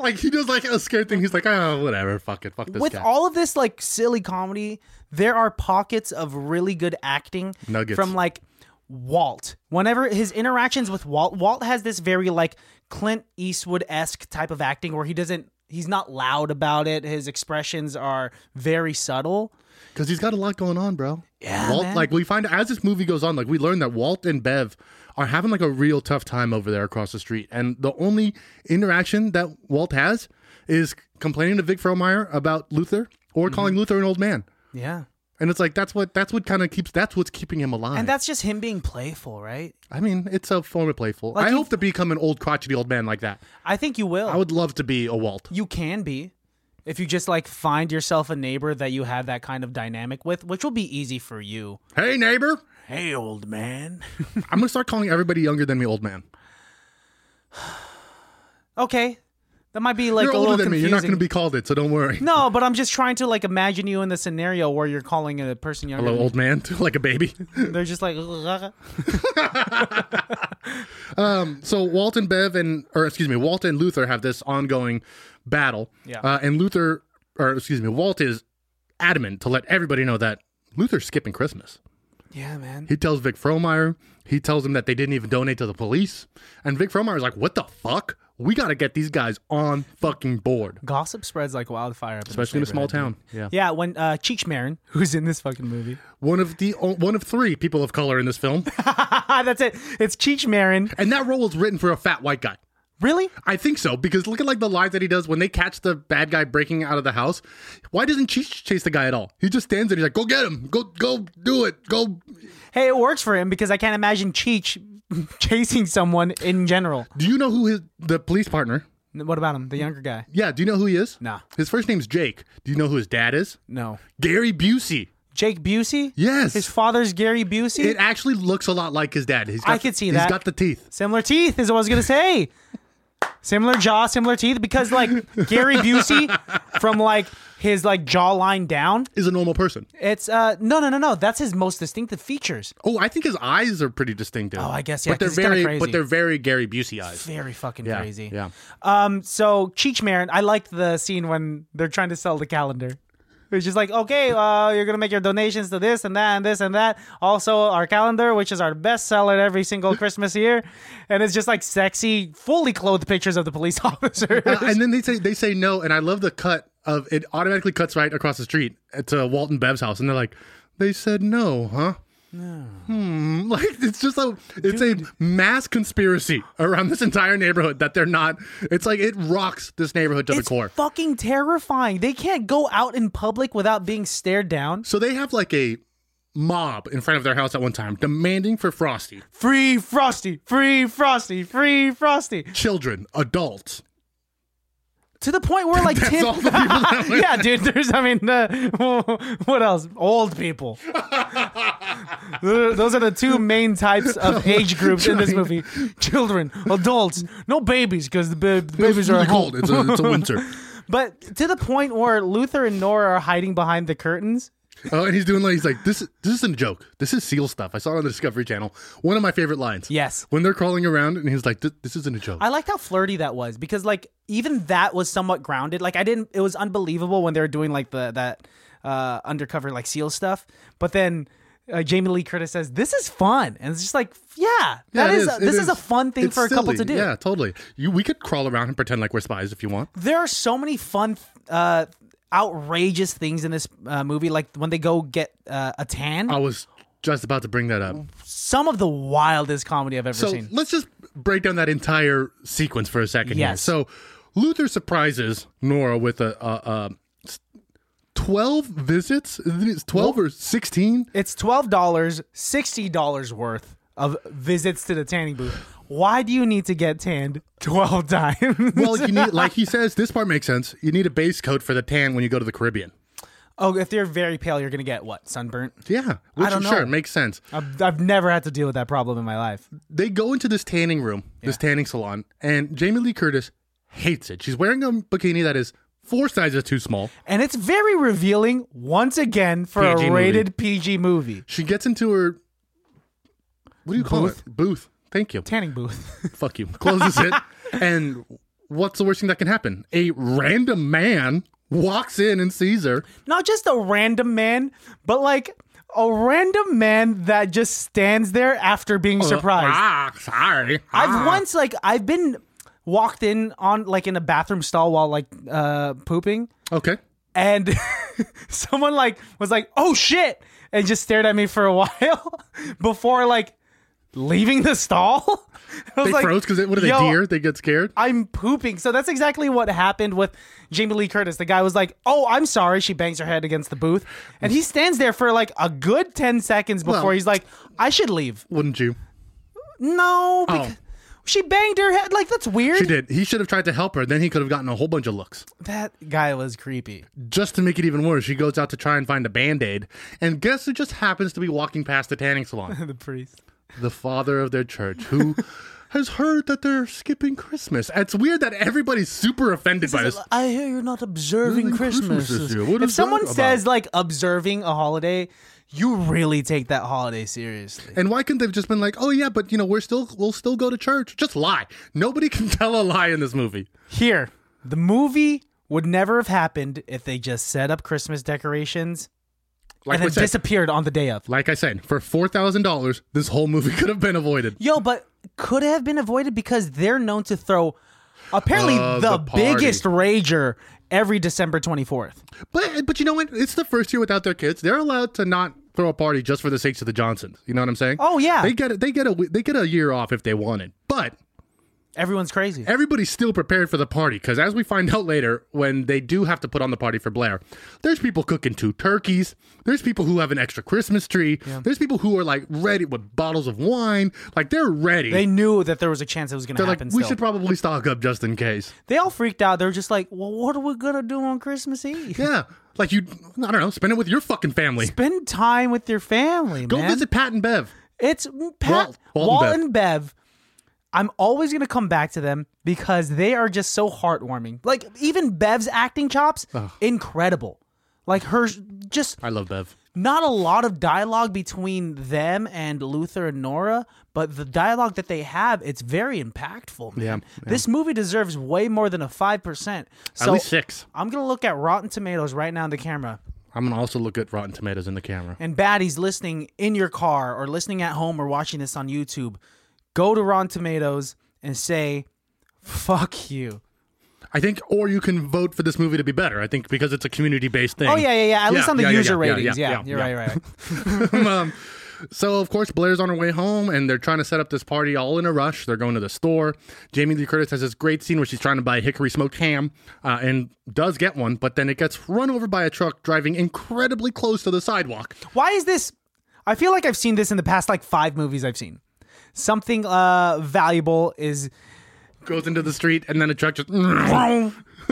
Speaker 2: like he does like a scared thing. He's like, oh, whatever, fuck it, fuck this
Speaker 1: With
Speaker 2: guy.
Speaker 1: all of this like silly comedy, there are pockets of really good acting
Speaker 2: Nuggets.
Speaker 1: from like Walt. Whenever his interactions with Walt, Walt has this very like Clint Eastwood esque type of acting where he doesn't, he's not loud about it. His expressions are very subtle.
Speaker 2: Because he's got a lot going on, bro.
Speaker 1: Yeah,
Speaker 2: Walt,
Speaker 1: man.
Speaker 2: like we find as this movie goes on, like we learn that Walt and Bev are having like a real tough time over there across the street, and the only interaction that Walt has is complaining to Vic Frohmeyer about Luther or
Speaker 1: Mm-hmm.
Speaker 2: calling Luther an old man.
Speaker 1: Yeah.
Speaker 2: And it's like that's what that's what kind of keeps that's what's keeping him alive.
Speaker 1: And that's just him being playful, right?
Speaker 2: I mean, it's a form of playful. I
Speaker 1: you-
Speaker 2: hope to become an old crotchety old man like that.
Speaker 1: I think you will.
Speaker 2: I would love to be a Walt.
Speaker 1: you can be if you just like find yourself a neighbor that you have that kind of dynamic with, which will be easy for you.
Speaker 2: Hey neighbor,
Speaker 1: Hey, old man.
Speaker 2: I'm gonna start calling everybody younger than me old man.
Speaker 1: [laughs] okay, that might be like
Speaker 2: You're
Speaker 1: a
Speaker 2: older
Speaker 1: little
Speaker 2: than me. You're not
Speaker 1: confusing.
Speaker 2: gonna be called it, so
Speaker 1: [laughs]
Speaker 2: don't worry.
Speaker 1: No, but I'm just trying to like imagine you in the scenario where you're calling a person younger.
Speaker 2: Hello,
Speaker 1: than
Speaker 2: old man, [laughs] like a baby.
Speaker 1: you. They're just like, oh
Speaker 2: so Walt and Bev and or excuse me, Walt and Luther have this ongoing battle.
Speaker 1: Yeah.
Speaker 2: Uh, and Luther or excuse me, Walt is adamant to let everybody know that Luther's skipping Christmas.
Speaker 1: yeah, man.
Speaker 2: He tells Vic Frohmeyer, he tells him that they didn't even donate to the police. And Vic Frohmeyer's like, What the fuck? We gotta get these guys on fucking board.
Speaker 1: Gossip spreads like wildfire, up
Speaker 2: Especially in a
Speaker 1: this
Speaker 2: small
Speaker 1: neighborhood.
Speaker 2: town. Yeah.
Speaker 1: Yeah, when uh, Cheech Marin, [laughs] who's in this fucking movie, [laughs]
Speaker 2: One of the one of three people of color in this film.
Speaker 1: that's it. It's Cheech Marin.
Speaker 2: and that role was written for a fat white guy.
Speaker 1: Really?
Speaker 2: I think so because look at like the live that he does when they catch the bad guy breaking out of the house. Why doesn't Cheech chase the guy at all? He just stands there. He's like, "Go get him! Go, go, do it! Go!"
Speaker 1: Hey, it works for him because I can't imagine Cheech [laughs] chasing someone in general.
Speaker 2: Do you know who his the police partner?
Speaker 1: What about him? The younger guy?
Speaker 2: Yeah, do you know who he is?
Speaker 1: Nah.
Speaker 2: His first name's Jake. Do you know who his dad is?
Speaker 1: No.
Speaker 2: Gary Busey.
Speaker 1: Jake Busey?
Speaker 2: Yes.
Speaker 1: His father's Gary Busey?
Speaker 2: it actually looks a lot like his dad. He's got
Speaker 1: I could see
Speaker 2: He's
Speaker 1: that.
Speaker 2: got the teeth.
Speaker 1: similar teeth is what I was going to say. similar jaw, similar teeth because like Gary Busey from like his like jawline down,
Speaker 2: Is a normal person.
Speaker 1: it's uh no no no no, that's his most distinctive features.
Speaker 2: Oh, I think his eyes are pretty distinctive. Oh,
Speaker 1: I guess, yeah,
Speaker 2: but they're
Speaker 1: 'cause it's kinda
Speaker 2: very,
Speaker 1: crazy.
Speaker 2: but they're very Gary Busey eyes.
Speaker 1: Very fucking
Speaker 2: Yeah,
Speaker 1: crazy.
Speaker 2: Yeah.
Speaker 1: Um so Cheech Marin, I liked the scene when they're trying to sell the calendar. It's just like, okay, uh, you're gonna make your donations to this and that and this and that. Also, our calendar, which is our best seller every single Christmas year, and it's just like sexy, fully clothed pictures of the police [laughs] officers.
Speaker 2: Uh,
Speaker 1: [laughs]
Speaker 2: and then they say they say no, and I love the cut of it automatically cuts right across the street to Walt and Bev's house, and they're like, they said no, huh? No. Hmm. [laughs] Like it's just a it's a mass conspiracy around this entire neighborhood that they're not. It's like it rocks this neighborhood to the
Speaker 1: It's
Speaker 2: core.
Speaker 1: fucking terrifying. They can't go out in public without being stared down.
Speaker 2: so they have like a mob in front of their house at one time demanding for Frosty.
Speaker 1: Free Frosty, free Frosty, free Frosty.
Speaker 2: Children, adults.
Speaker 1: To the point where like Tim,
Speaker 2: It's all the people that
Speaker 1: [laughs]
Speaker 2: were-
Speaker 1: yeah, dude. There's, I mean, uh, what else? Old people. Those are the two main types
Speaker 2: [laughs]
Speaker 1: of age groups in this movie: children, adults, no babies because the, ba- the babies are
Speaker 2: really
Speaker 1: at home.
Speaker 2: cold. It's a,
Speaker 1: [laughs]
Speaker 2: it's a winter.
Speaker 1: But to the point where Luther and Nora are hiding behind the curtains.
Speaker 2: Oh, and he's doing like he's like this. This isn't a joke. This is SEAL stuff. I saw it on the Discovery Channel. One of my favorite lines.
Speaker 1: Yes.
Speaker 2: When they're crawling around, and he's like, "This, this isn't a joke."
Speaker 1: I liked how flirty that was because like even that was somewhat grounded. Like I didn't it was unbelievable when they were doing like the that uh undercover like seal stuff. But then uh, Jamie Lee Curtis says this is fun and it's just like yeah,
Speaker 2: Yeah,
Speaker 1: that
Speaker 2: it
Speaker 1: is
Speaker 2: It
Speaker 1: this is. a fun thing
Speaker 2: It's
Speaker 1: for a couple
Speaker 2: silly.
Speaker 1: to do.
Speaker 2: Yeah, totally. You, we could crawl around and pretend like we're spies if you want.
Speaker 1: There are so many fun uh outrageous things in this uh, movie like when they go get uh, a tan.
Speaker 2: I was just about to bring that up.
Speaker 1: Mm, Some of the wildest comedy I've ever
Speaker 2: So
Speaker 1: seen.
Speaker 2: let's just break down that entire sequence for a second. here.
Speaker 1: Yes.
Speaker 2: So Luther surprises Nora with a. a, a Twelve visits? Isn't it Twelve or sixteen?
Speaker 1: It's twelve dollars, sixty dollars worth of visits to the tanning booth. Why do you need to get tanned twelve [laughs] times?
Speaker 2: Well, you need, like
Speaker 1: [laughs]
Speaker 2: he says, this part makes sense. You need a base coat for the tan when you go to the Caribbean.
Speaker 1: oh, if you're very pale, you're gonna get what sunburnt.
Speaker 2: Yeah, which
Speaker 1: don't
Speaker 2: sure
Speaker 1: know.
Speaker 2: makes sense.
Speaker 1: I've, I've never had to deal with that problem in my life.
Speaker 2: They go into this tanning room, this tanning salon, and Jamie Lee Curtis hates it. She's wearing a bikini that is four sizes too small.
Speaker 1: And it's very revealing once again for
Speaker 2: PG
Speaker 1: a
Speaker 2: movie.
Speaker 1: rated PG movie.
Speaker 2: She gets into her what do you call it? Booth. Thank you.
Speaker 1: Tanning booth. [laughs]
Speaker 2: Fuck you. Closes it. And what's the worst thing that can happen? A random man walks in and sees her.
Speaker 1: Not just a random man, but like a random man that just stands there after being surprised.
Speaker 2: Ah, sorry. Ah.
Speaker 1: I've once like I've been walked in on like in a bathroom stall while like uh pooping
Speaker 2: Okay.
Speaker 1: and [laughs] someone like was like, "Oh shit." And just stared at me for a [laughs] while before like leaving the stall. [laughs] I was
Speaker 2: They
Speaker 1: like,
Speaker 2: froze because what are they,
Speaker 1: "Yo,
Speaker 2: deer? They get scared?
Speaker 1: I'm pooping. So that's exactly what happened with Jamie Lee Curtis. The guy was like, "Oh, I'm sorry." She bangs her head against the booth, and he stands there for like a good ten seconds before
Speaker 2: Well-
Speaker 1: he's like, "I should leave."
Speaker 2: Wouldn't you?
Speaker 1: No,
Speaker 2: Oh.
Speaker 1: because she banged her head. Like that's weird.
Speaker 2: She did. He should have tried to help her. Then he could have gotten a whole bunch of looks.
Speaker 1: That guy was creepy.
Speaker 2: Just to make it even worse, she goes out to try and find a band aid. And guess who just happens to be walking past the
Speaker 1: [laughs]
Speaker 2: tanning salon?
Speaker 1: [laughs] the priest.
Speaker 2: the father of their church who has heard that they're skipping Christmas. It's weird that everybody's super offended by this.
Speaker 1: I hear you're not observing
Speaker 2: Observing Christmas this year. What
Speaker 1: if
Speaker 2: is that
Speaker 1: someone
Speaker 2: about?
Speaker 1: says like observing a holiday, you really take that holiday seriously.
Speaker 2: And why couldn't they've just been like, "Oh yeah, but you know, we're still we'll still go to church." Just lie. Nobody can [laughs] tell a lie in this movie.
Speaker 1: Here, the movie would never have happened if they just set up Christmas decorations
Speaker 2: Like
Speaker 1: and
Speaker 2: I
Speaker 1: then
Speaker 2: said,
Speaker 1: disappeared on the day of.
Speaker 2: like I said, for four thousand dollars, this whole movie [laughs] could have been avoided.
Speaker 1: Yo, but could have been avoided because they're known to throw apparently
Speaker 2: Uh,
Speaker 1: the,
Speaker 2: the party.
Speaker 1: biggest rager every December 24th.
Speaker 2: But but you know what? It's the first year without their kids. They're allowed to not throw a party just for the sakes of the Johnsons. You know what I'm saying?
Speaker 1: Oh, yeah.
Speaker 2: They get a, they get a they get a year off if they wanted. But
Speaker 1: Everyone's crazy.
Speaker 2: everybody's still prepared for the party because as we find [laughs] out later when they do have to put on the party for blair there's people cooking two turkeys there's people who have an extra christmas tree there's people who are like ready with bottles of wine like they're ready
Speaker 1: They knew that there was a chance it was going to
Speaker 2: are like
Speaker 1: happen
Speaker 2: we
Speaker 1: still.
Speaker 2: should probably stock up just in case
Speaker 1: They all freaked out. They were just like, well, what are we going to do on Christmas Eve?
Speaker 2: yeah like you i don't know spend it with your fucking
Speaker 1: [laughs]
Speaker 2: family
Speaker 1: Spend time with your family,
Speaker 2: go
Speaker 1: man.
Speaker 2: visit pat and bev
Speaker 1: It's Pat,
Speaker 2: Walt-
Speaker 1: Walt,
Speaker 2: Walt and
Speaker 1: and Bev. I'm always going to come back to them because they are just so heartwarming. Like, even Bev's acting chops, incredible. Like, her, just
Speaker 2: i love bev
Speaker 1: not a lot of dialogue between them and Luther and Nora, but the dialogue that they have, it's very impactful, man.
Speaker 2: Yeah, yeah.
Speaker 1: This movie deserves way more than a 5%. So
Speaker 2: at least six
Speaker 1: I'm going to look at Rotten Tomatoes right now in the camera.
Speaker 2: i'm gonna also look at rotten tomatoes in the camera
Speaker 1: And baddies listening in your car or listening at home or watching this on YouTube, go to Rotten Tomatoes and say, fuck you.
Speaker 2: i think or you can vote for this movie to be better i think because it's a community-based thing
Speaker 1: Oh, yeah, yeah, yeah. At least on the
Speaker 2: yeah, yeah,
Speaker 1: user
Speaker 2: yeah, yeah,
Speaker 1: ratings. Yeah,
Speaker 2: yeah,
Speaker 1: you're
Speaker 2: yeah.
Speaker 1: right, you're right. [laughs]
Speaker 2: [laughs] um, so of course Blair's on her way home, and they're trying to set up this party all in a rush. They're going to the store. Jamie Lee Curtis has this great scene where she's trying to buy hickory smoked ham, uh, and does get one, but then it gets run over by a truck driving incredibly close to the sidewalk.
Speaker 1: Why is this? I feel like I've seen this in the past like five movies I've seen. Something uh valuable is
Speaker 2: Goes into the street, and then a truck just. [laughs]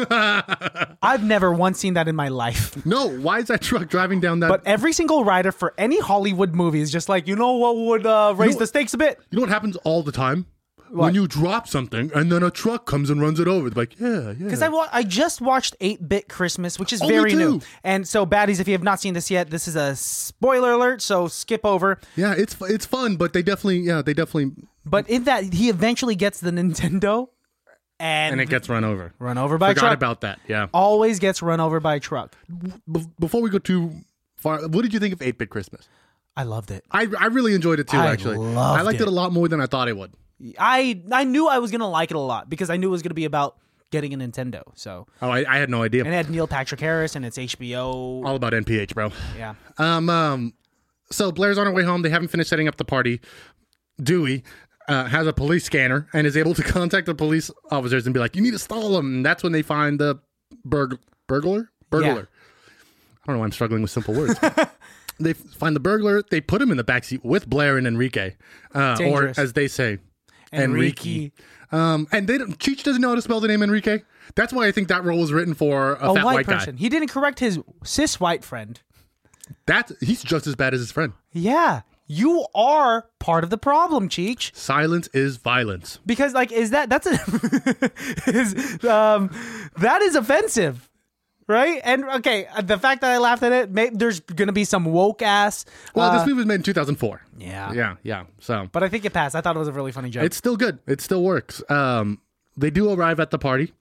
Speaker 1: I've never once seen that in my life.
Speaker 2: No, why is that truck driving down that?
Speaker 1: But every single writer for any Hollywood movie is just like, you know what would uh, raise the stakes a bit?
Speaker 2: you know what happens all the time. When you drop something and then a truck comes and runs it over, They're like yeah, yeah.
Speaker 1: Because I, wa- I just watched 8 Bit Christmas, which is
Speaker 2: Oh, me
Speaker 1: very new.
Speaker 2: too.
Speaker 1: And so, baddies, if you have not seen this yet, this is a spoiler alert, so skip over.
Speaker 2: yeah, it's it's fun, but they definitely yeah they definitely
Speaker 1: But in that, he eventually gets the [laughs] Nintendo and,
Speaker 2: and it gets run over.
Speaker 1: run over by a
Speaker 2: Forgot
Speaker 1: truck.
Speaker 2: about that. Yeah.
Speaker 1: Always gets run over by a truck.
Speaker 2: Bef- before we go too far, what did you think of 8 Bit Christmas?
Speaker 1: I loved it.
Speaker 2: I, I really enjoyed it too,
Speaker 1: I
Speaker 2: actually.
Speaker 1: loved
Speaker 2: I liked it.
Speaker 1: it.
Speaker 2: a lot more than I thought it would.
Speaker 1: I I knew I was gonna like it a lot because I knew it was gonna be about getting a Nintendo. So
Speaker 2: Oh, I, I had no idea.
Speaker 1: and it had Neil Patrick Harris and it's HBO.
Speaker 2: All about NPH, bro.
Speaker 1: Yeah,
Speaker 2: Um, um, so Blair's on her way home. They haven't finished setting up the party. Dewey uh, has a police scanner and is able to contact the police officers and be like, "You need to stall them." And that's when they find the burg- burglar. Burglar. I don't know. why I'm struggling with simple words.
Speaker 1: [laughs]
Speaker 2: they find the burglar. They put him in the backseat with Blair and Enrique, uh, or
Speaker 1: Dangerous.
Speaker 2: as they say,
Speaker 1: Enrique.
Speaker 2: Um, and they don't, Cheech doesn't know how to spell the name Enrique. That's why I think that role was written for a,
Speaker 1: a
Speaker 2: fat
Speaker 1: white,
Speaker 2: white,
Speaker 1: person.
Speaker 2: guy.
Speaker 1: He didn't correct his cis white friend.
Speaker 2: That's he's just as bad as his friend.
Speaker 1: Yeah, you are part of the problem, Cheech.
Speaker 2: Silence is violence.
Speaker 1: [laughs] Because like, is that that's a is, um that is offensive. right? And okay, uh, the fact that I laughed at it, may, there's gonna be some woke ass.
Speaker 2: Well,
Speaker 1: uh,
Speaker 2: this movie was made in 2004.
Speaker 1: yeah.
Speaker 2: Yeah, yeah. So
Speaker 1: But I think it passed. I thought it was a really funny joke.
Speaker 2: it's still good. It still works. Um, they do arrive at the party,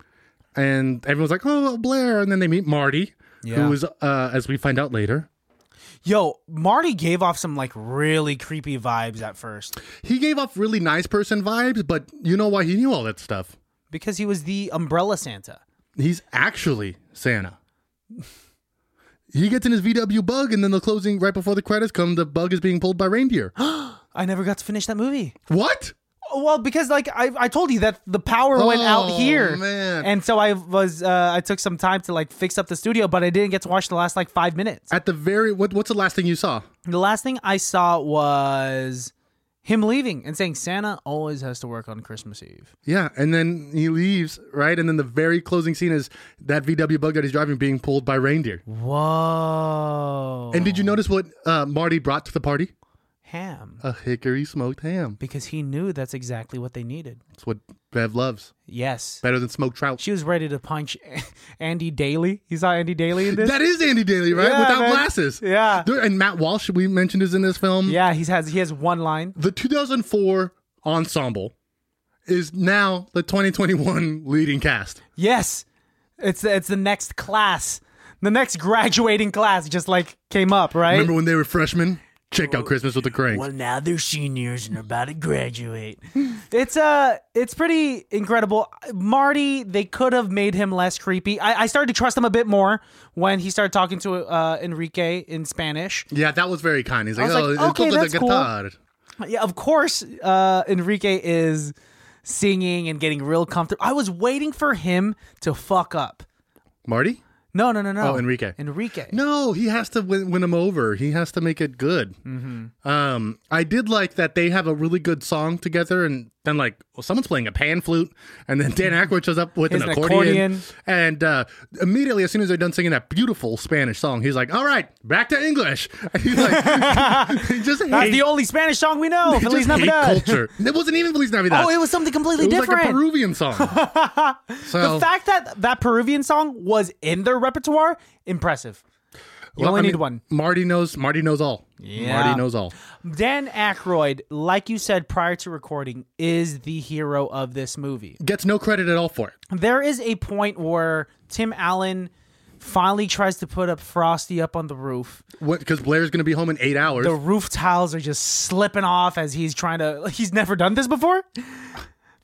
Speaker 2: and everyone's like, "Oh, Blair," and then they meet Marty,
Speaker 1: Yeah.
Speaker 2: who is, uh, as we find out later,
Speaker 1: Yo, Marty gave off some like really creepy vibes at first
Speaker 2: he gave off really nice person vibes. But you know why he knew all that stuff?
Speaker 1: because he was the umbrella Santa.
Speaker 2: He's actually Santa. [laughs] He gets in his VW bug, and then the closing right before the credits come. The bug is being pulled by reindeer. [gasps]
Speaker 1: I never got to finish that movie.
Speaker 2: what?
Speaker 1: Oh, Well, because like I, I told you that the power went out
Speaker 2: Oh,
Speaker 1: here,
Speaker 2: man.
Speaker 1: and so I was uh, I took some time to like fix up the studio, but I didn't get to watch the last like five minutes.
Speaker 2: At the very what, what's the last thing you saw?
Speaker 1: The last thing I saw was him leaving and saying Santa always has to work on Christmas Eve.
Speaker 2: Yeah, and then he leaves, right? And then the very closing scene is that VW bug that he's driving being pulled by reindeer.
Speaker 1: Whoa!
Speaker 2: And did you notice what uh, Marty brought to the party?
Speaker 1: ham
Speaker 2: A hickory smoked ham.
Speaker 1: because he knew that's exactly what they needed.
Speaker 2: That's what Bev loves
Speaker 1: Yes.
Speaker 2: better than smoked trout.
Speaker 1: She was ready to punch [laughs] Andy Daly. You saw Andy Daly in this?
Speaker 2: That is Andy Daly, right?
Speaker 1: Yeah,
Speaker 2: Without
Speaker 1: man.
Speaker 2: glasses.
Speaker 1: Yeah.
Speaker 2: There- and Matt Walsh, we mentioned, is in this film.
Speaker 1: yeah, he has he has one line.
Speaker 2: The 2004 ensemble is now the 2021 leading cast.
Speaker 1: Yes. It's it's the next class. The next graduating class just like came up, right?
Speaker 2: Remember when they were freshmen? Check out Christmas with the Cranks.
Speaker 1: now they're seniors and are about to graduate. [laughs] it's uh it's pretty incredible. Marty, they could have made him less creepy. I, I started to trust him a bit more when he started talking to uh, Enrique in Spanish.
Speaker 2: Yeah, that was very kind. He's like,
Speaker 1: was
Speaker 2: oh,
Speaker 1: like,
Speaker 2: it's
Speaker 1: okay,
Speaker 2: called the
Speaker 1: that's cool.
Speaker 2: guitar.
Speaker 1: Yeah, of course, uh, Enrique is singing and getting real comfortable. I was waiting for him to fuck up.
Speaker 2: Marty?
Speaker 1: No, no, no, no.
Speaker 2: Oh, Enrique.
Speaker 1: Enrique.
Speaker 2: No, he has to win, win him over. He has to make it good.
Speaker 1: Mm-hmm.
Speaker 2: Um, I did like that they have a really good song together, and then like well, someone's playing a pan flute, and then Dan Aykroyd shows up with
Speaker 1: His
Speaker 2: an
Speaker 1: Mm-hmm. accordion.
Speaker 2: accordion, and uh, immediately as soon as they're done singing that beautiful Spanish song, he's like, "All right, back to English." [laughs] And
Speaker 1: [laughs]
Speaker 2: he's like, he just
Speaker 1: That's
Speaker 2: hate,
Speaker 1: the only Spanish song we know.
Speaker 2: he
Speaker 1: Feliz
Speaker 2: [laughs] just hate
Speaker 1: Navidad.
Speaker 2: culture.
Speaker 1: [laughs]
Speaker 2: It wasn't even Feliz Navidad.
Speaker 1: Oh, it was something completely
Speaker 2: It was
Speaker 1: different.
Speaker 2: like a Peruvian song.
Speaker 1: [laughs]
Speaker 2: so
Speaker 1: the fact that that Peruvian song was in their repertoire, impressive. You
Speaker 2: well,
Speaker 1: only
Speaker 2: I mean,
Speaker 1: need one.
Speaker 2: Marty knows. Marty knows all.
Speaker 1: Yeah.
Speaker 2: Marty knows all.
Speaker 1: Dan Aykroyd, like you said prior to recording, is the hero of this movie.
Speaker 2: Gets no credit at all for it.
Speaker 1: There is a point where Tim Allen finally tries to put up Frosty up on the roof.
Speaker 2: because Blair's going to be home in eight hours.
Speaker 1: The roof tiles are just slipping off as he's trying to. He's never done this before,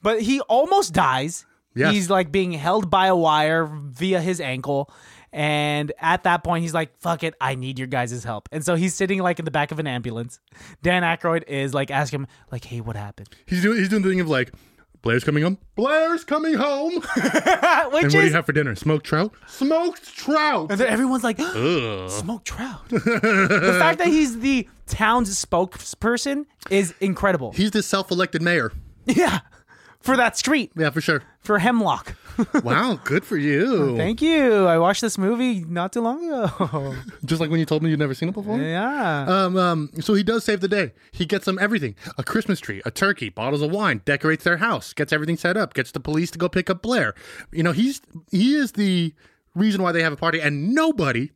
Speaker 1: but he almost dies.
Speaker 2: Yes.
Speaker 1: He's like being held by a wire via his ankle. And at that point, he's like, fuck it, I need your guys' help. And so he's sitting like in the back of an ambulance. Dan Aykroyd is like, asking him, like, hey, what happened?
Speaker 2: he's doing he's doing the thing of like, Blair's coming home. Blair's coming home. [laughs] [laughs] and
Speaker 1: Which
Speaker 2: what do
Speaker 1: is.
Speaker 2: you have for dinner? Smoked trout. Smoked trout.
Speaker 1: and then everyone's like, [gasps] smoke trout. the fact that he's the town's spokesperson is incredible. [laughs]
Speaker 2: He's the self-elected mayor.
Speaker 1: Yeah. For that street,
Speaker 2: Yeah, for [laughs] sure.
Speaker 1: for Hemlock.
Speaker 2: wow, good for you.
Speaker 1: Thank you. I watched this movie not too long ago. [laughs]
Speaker 2: Just like when you told me you'd never seen it before.
Speaker 1: yeah.
Speaker 2: Um, um, so he does save the day. He gets them everything: a Christmas tree, a turkey, bottles of wine. Decorates their house. Gets everything set up. Gets the police to go pick up Blair. You know, he's he is the reason why they have a party, and nobody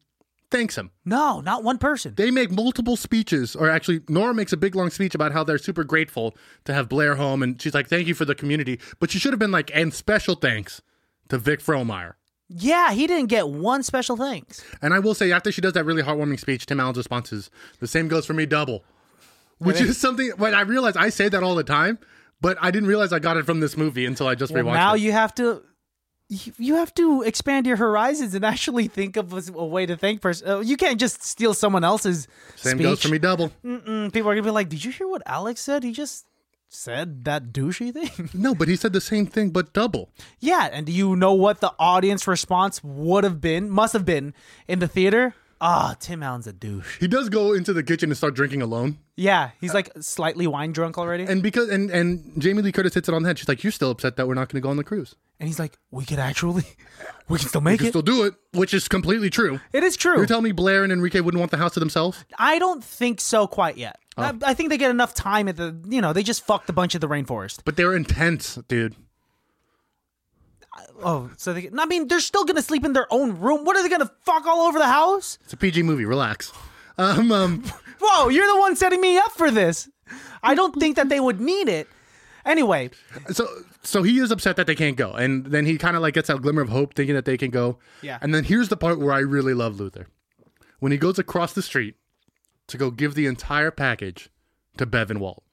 Speaker 2: thanks him.
Speaker 1: No, not one person.
Speaker 2: they make multiple speeches, or actually, Nora makes a big long speech about how they're super grateful to have Blair home, and she's like, "Thank you for the community," but she should have been like, "And special thanks to Vic Frohmeyer."
Speaker 1: Yeah, he didn't get one special thanks.
Speaker 2: And I will say, after she does that really heartwarming speech, Tim Allen's response is, "The same goes for me, double," which is something. When I realize I say that all the time, but I didn't realize I got it from this movie until I just
Speaker 1: Well,
Speaker 2: rewatched
Speaker 1: now
Speaker 2: it.
Speaker 1: you have to you- you have to expand your horizons and actually think of a a way to thank person. Uh, you can't just steal someone else's
Speaker 2: Same
Speaker 1: speech.
Speaker 2: goes for me, double.
Speaker 1: Mm, People are gonna be like, "Did you hear what Alex said? He just said that douchey thing." [laughs]
Speaker 2: No, but he said the same thing, but double.
Speaker 1: yeah, and do you know what the audience response would have been? Must have been in the theater. Ah, Tim Allen's a douche.
Speaker 2: He does go into the kitchen and start drinking alone.
Speaker 1: Yeah, he's like slightly wine drunk already.
Speaker 2: and because and and Jamie Lee Curtis hits it on the head. She's like, "You're still upset that we're not going to go on the cruise.
Speaker 1: And he's like, we could actually, [laughs] we can still make
Speaker 2: You
Speaker 1: it.
Speaker 2: still do it," which is completely true.
Speaker 1: it is true.
Speaker 2: You're telling me Blair and Enrique wouldn't want the house to themselves?
Speaker 1: I don't think so quite yet. I, I think they get enough time at the, you know, they just fucked a bunch of the rainforest.
Speaker 2: But they're intense, dude.
Speaker 1: Oh, so they. I mean, they're still gonna sleep in their own room. What are they gonna fuck all over the house?
Speaker 2: It's a PG movie. Relax. Um, um,
Speaker 1: Whoa, you're the one setting me up for this. I don't think that they would need it. Anyway,
Speaker 2: so so he is upset that they can't go, and then he kind of like gets that glimmer of hope, thinking that they can go.
Speaker 1: Yeah.
Speaker 2: And then here's the part where I really love Luther, when he goes across the street to go give the entire package to Bevan Walt.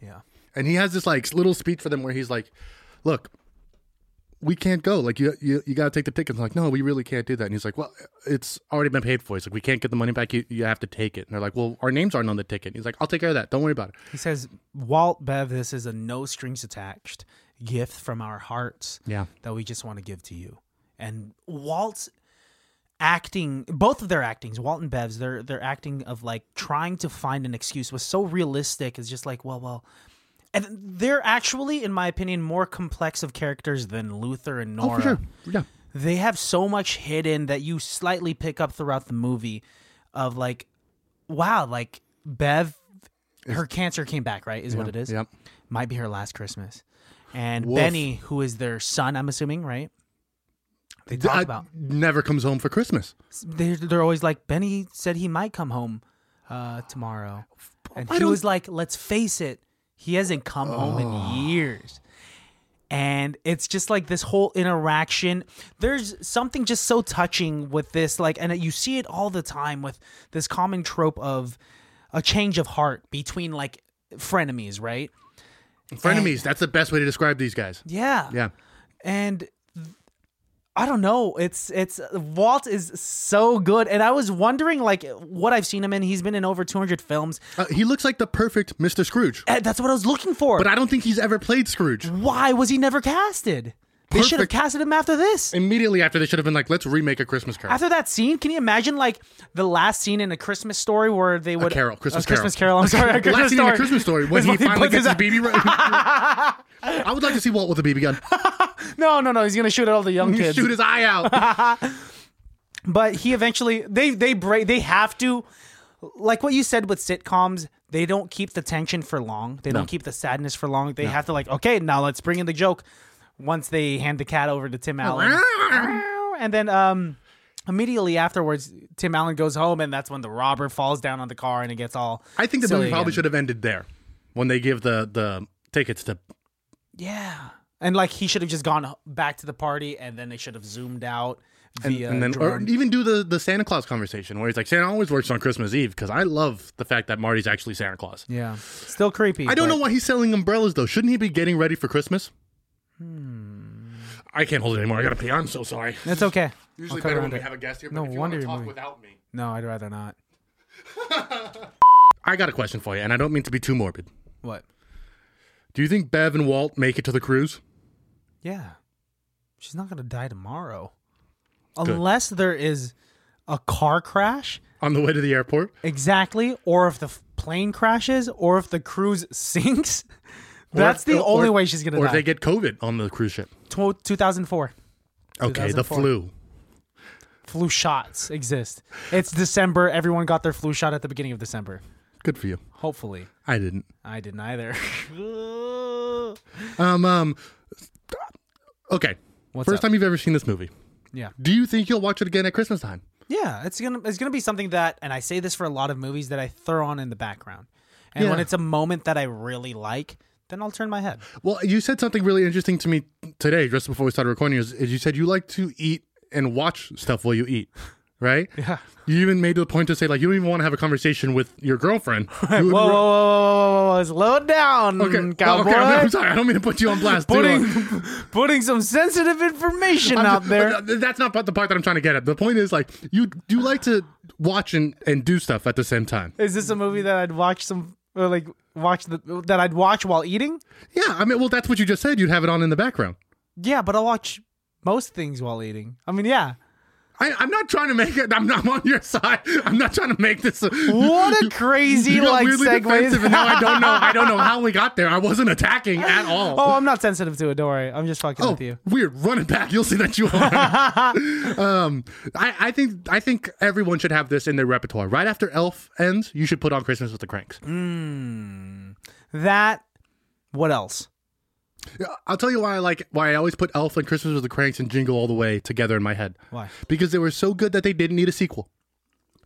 Speaker 1: yeah,
Speaker 2: and he has this like little speech for them where he's like, "Look, we can't go. Like you, you, you got to take the tickets." I'm like, "No, we really can't do that." And he's like, "Well, it's already been paid for. He's like, we can't get the money back. You, you have to take it." And they're like, "Well, our names aren't on the ticket." He's like, "I'll take care of that. Don't worry about it."
Speaker 1: he says, Walt Bev, this is a no strings attached gift from our hearts.
Speaker 2: Yeah.
Speaker 1: that we just want to give to you. And Walt's acting, both of their actings, Walt and Bev's, their their acting of like trying to find an excuse was so realistic. It's just like, well, well, and they're actually, in my opinion, more complex of characters than Luther and Nora.
Speaker 2: Oh, For sure. Yeah.
Speaker 1: They have so much hidden that you slightly pick up throughout the movie, of like, wow, like Bev, her cancer came back, right? Is what it is
Speaker 2: Yep.
Speaker 1: might be her last Christmas. And
Speaker 2: Woof.
Speaker 1: Benny, who is their son, I'm assuming, right? They talk
Speaker 2: I-
Speaker 1: about.
Speaker 2: never comes home for Christmas.
Speaker 1: They're, they're always like, Benny said he might come home uh, tomorrow. And
Speaker 2: I
Speaker 1: he
Speaker 2: don't-
Speaker 1: was like, let's face it, he hasn't come home in years. And it's just like this whole interaction. There's something just so touching with this, like, and you see it all the time with this common trope of a change of heart between like frenemies, right?
Speaker 2: Frenemies. That's the best way to describe these guys.
Speaker 1: Yeah
Speaker 2: Yeah.
Speaker 1: and th- I don't know. It's it's Walt is so good, and I was wondering like what I've seen him in. He's been in over 200 films.
Speaker 2: Uh, he looks like the perfect Mr. Scrooge,
Speaker 1: Eh, That's what I was looking for.
Speaker 2: but I don't think he's ever played Scrooge.
Speaker 1: Why was he never casted? They should have
Speaker 2: Perfect.
Speaker 1: casted him after this.
Speaker 2: Immediately after, they should have been like, "Let's remake a Christmas Carol."
Speaker 1: After that scene, can you imagine like the last scene in a Christmas story where they would
Speaker 2: Carol,
Speaker 1: a
Speaker 2: Christmas
Speaker 1: Christmas Carol? I'm sorry, a
Speaker 2: The
Speaker 1: Christmas
Speaker 2: last scene in
Speaker 1: story.
Speaker 2: [laughs] a Christmas story when he
Speaker 1: When he
Speaker 2: finally
Speaker 1: puts
Speaker 2: gets
Speaker 1: his-
Speaker 2: his
Speaker 1: [laughs]
Speaker 2: BB. gun. I would like to see Walt with a BB gun.
Speaker 1: [laughs] No, no, no. He's gonna shoot at all the young
Speaker 2: You
Speaker 1: kids.
Speaker 2: shoot his
Speaker 1: [laughs]
Speaker 2: eye out.
Speaker 1: but he eventually they they break they have to like what you said with sitcoms they don't keep the tension for long they don't keep the sadness for long they have to like okay now let's bring in the joke once they hand the cat over to tim allen and then um immediately afterwards tim allen goes home and that's when the robber falls down on the car and it gets all
Speaker 2: I think the
Speaker 1: silly
Speaker 2: movie probably
Speaker 1: again.
Speaker 2: should have ended there when they give the the tickets to.
Speaker 1: yeah and like he should have just gone back to the party and then they should have zoomed out via
Speaker 2: And then, uh, or
Speaker 1: drone.
Speaker 2: even do the, the Santa Claus conversation where he's like, Santa always works on Christmas Eve because I love the fact that Marty's actually Santa Claus.
Speaker 1: yeah still creepy
Speaker 2: I don't
Speaker 1: but-
Speaker 2: know why he's selling umbrellas though. Shouldn't he be getting ready for Christmas?
Speaker 1: Hmm.
Speaker 2: I can't hold it anymore. I gotta pee. I'm so sorry.
Speaker 1: it's okay
Speaker 2: Usually
Speaker 1: cut
Speaker 2: better
Speaker 1: around
Speaker 2: when we
Speaker 1: it.
Speaker 2: have a guest here. But
Speaker 1: No
Speaker 2: if you
Speaker 1: wonder
Speaker 2: want
Speaker 1: you're
Speaker 2: to
Speaker 1: moving.
Speaker 2: talk without me,
Speaker 1: no i'd rather not
Speaker 2: I got a question for you, and I don't mean to be too morbid.
Speaker 1: what
Speaker 2: Do you think Bev and Walt make it to the cruise?
Speaker 1: Yeah. She's not going to die tomorrow. Unless there is a car crash,
Speaker 2: on the way to the airport.
Speaker 1: exactly, or if the f- plane crashes, or if the cruise [laughs] sinks. That's
Speaker 2: Or-
Speaker 1: the
Speaker 2: or-
Speaker 1: only way she's going to
Speaker 2: Or
Speaker 1: die.
Speaker 2: if they get COVID on the cruise ship.
Speaker 1: Tw- 2004
Speaker 2: Okay, the
Speaker 1: 2004.
Speaker 2: flu.
Speaker 1: flu shots exist. It's December. Everyone got their flu shot at the beginning of December.
Speaker 2: Good for you.
Speaker 1: Hopefully.
Speaker 2: I didn't.
Speaker 1: I didn't either. [laughs]
Speaker 2: Um, um Okay.
Speaker 1: What's
Speaker 2: First
Speaker 1: up?
Speaker 2: time you've ever seen this movie.
Speaker 1: yeah.
Speaker 2: Do you think you'll watch it again at Christmas time?
Speaker 1: Yeah, it's gonna it's gonna be something that, and I say this for a lot of movies that I throw on in the background, and when
Speaker 2: Yeah.
Speaker 1: it's a moment that I really like, then I'll turn my head.
Speaker 2: Well, you said something really interesting to me today, just before we started recording, is, is you said you like to eat and watch stuff while you eat.
Speaker 1: [laughs]
Speaker 2: Right? Yeah. You even made the point to say like you don't even want to have a conversation with your girlfriend.
Speaker 1: [laughs]
Speaker 2: You would-
Speaker 1: Whoa, whoa, whoa, whoa, whoa, whoa, slow down,
Speaker 2: Okay. well,
Speaker 1: cowboy.
Speaker 2: okay, I'm, I'm sorry. I don't mean to put you on blast. too.
Speaker 1: Putting [laughs]
Speaker 2: [laughs]
Speaker 1: putting some sensitive information
Speaker 2: I'm uh,
Speaker 1: out
Speaker 2: ju-
Speaker 1: there.
Speaker 2: but th- That's not part- the part that I'm trying to get at. The point is, like, you do like to watch and, and do stuff at the same time.
Speaker 1: Is this a movie that I'd watch some or like watch the that I'd watch while eating?
Speaker 2: Yeah, I mean, well, that's what you just said. You'd have it on in the background.
Speaker 1: Yeah, but I'll watch most things while eating. I mean, yeah.
Speaker 2: I, I'm not trying to make it. I'm not I'm on your [laughs] side. I'm not trying to make this.
Speaker 1: What a crazy
Speaker 2: [laughs] You got
Speaker 1: like
Speaker 2: weirdly defensive,
Speaker 1: segue.
Speaker 2: and now I don't know.
Speaker 1: [laughs]
Speaker 2: I don't know how we got there. I wasn't attacking at all.
Speaker 1: Oh, I'm not sensitive to it. Don't worry. I'm just fucking
Speaker 2: Oh,
Speaker 1: with you.
Speaker 2: weird. Run it back. You'll see that you
Speaker 1: [laughs]
Speaker 2: are. um, I, I think I think everyone should have this in their repertoire. Right after Elf ends, you should put on Christmas with the Cranks.
Speaker 1: That. What else?
Speaker 2: I'll tell you why I like why I always put Elf and Christmas with the Cranks and Jingle All the Way together in my head.
Speaker 1: Why?
Speaker 2: Because they were so good that they didn't need a sequel.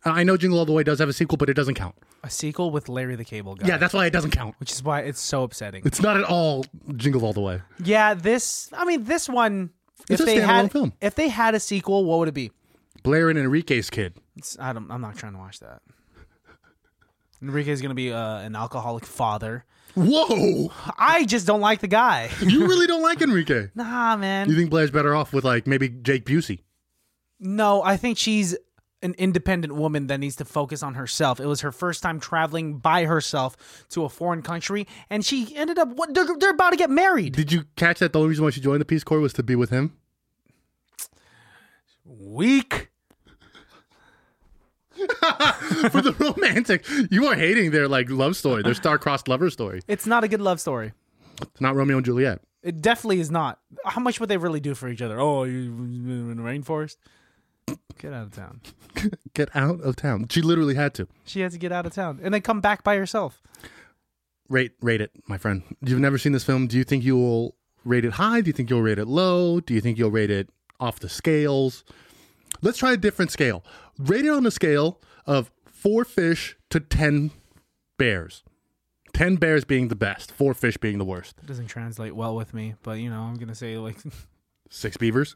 Speaker 2: And I know Jingle All the Way does have a sequel, but it doesn't count.
Speaker 1: A sequel with Larry the Cable Guy.
Speaker 2: Yeah, that's why it doesn't count.
Speaker 1: Which is why it's so upsetting.
Speaker 2: It's not at all Jingle All the Way.
Speaker 1: Yeah, this. I mean, this one.
Speaker 2: It's
Speaker 1: if
Speaker 2: a
Speaker 1: they
Speaker 2: standalone
Speaker 1: had,
Speaker 2: film.
Speaker 1: if they had a sequel, what would it be?
Speaker 2: Blair and Enrique's kid.
Speaker 1: It's, I don't. I'm not trying to watch that. [laughs] Enrique's gonna be uh, an alcoholic father.
Speaker 2: Whoa!
Speaker 1: I just don't like the guy.
Speaker 2: [laughs] You really don't
Speaker 1: [laughs]
Speaker 2: like Enrique.
Speaker 1: Nah, man.
Speaker 2: You think Blair's better off with like maybe Jake Busey?
Speaker 1: No, I think she's an independent woman that needs to focus on herself. It was her first time traveling by herself to a foreign country, and she ended up. What they're, they're about to get married.
Speaker 2: Did you catch that the only reason why she joined the Peace Corps was to be with him? [laughs]
Speaker 1: Weak.
Speaker 2: For the romantic, you are hating their like love story, their star-crossed lover story.
Speaker 1: It's not a good love story.
Speaker 2: It's not Romeo and Juliet.
Speaker 1: It definitely is not. How much would they really do for each other? Oh, you in the rainforest? Get out of town.
Speaker 2: Get out of town. She literally had to.
Speaker 1: She has to get out of town and then come back by herself.
Speaker 2: Rate rate it, my friend. You've never seen this film. Do you think you'll rate it high? Do you think you'll rate it low? Do you think you'll rate it off the scales? Let's try a different scale. Rate it on a scale of four fish to ten bears. Ten bears being the best, four fish being the worst.
Speaker 1: It doesn't translate well with me, but you know, I'm going to say, like, [laughs]
Speaker 2: Six beavers.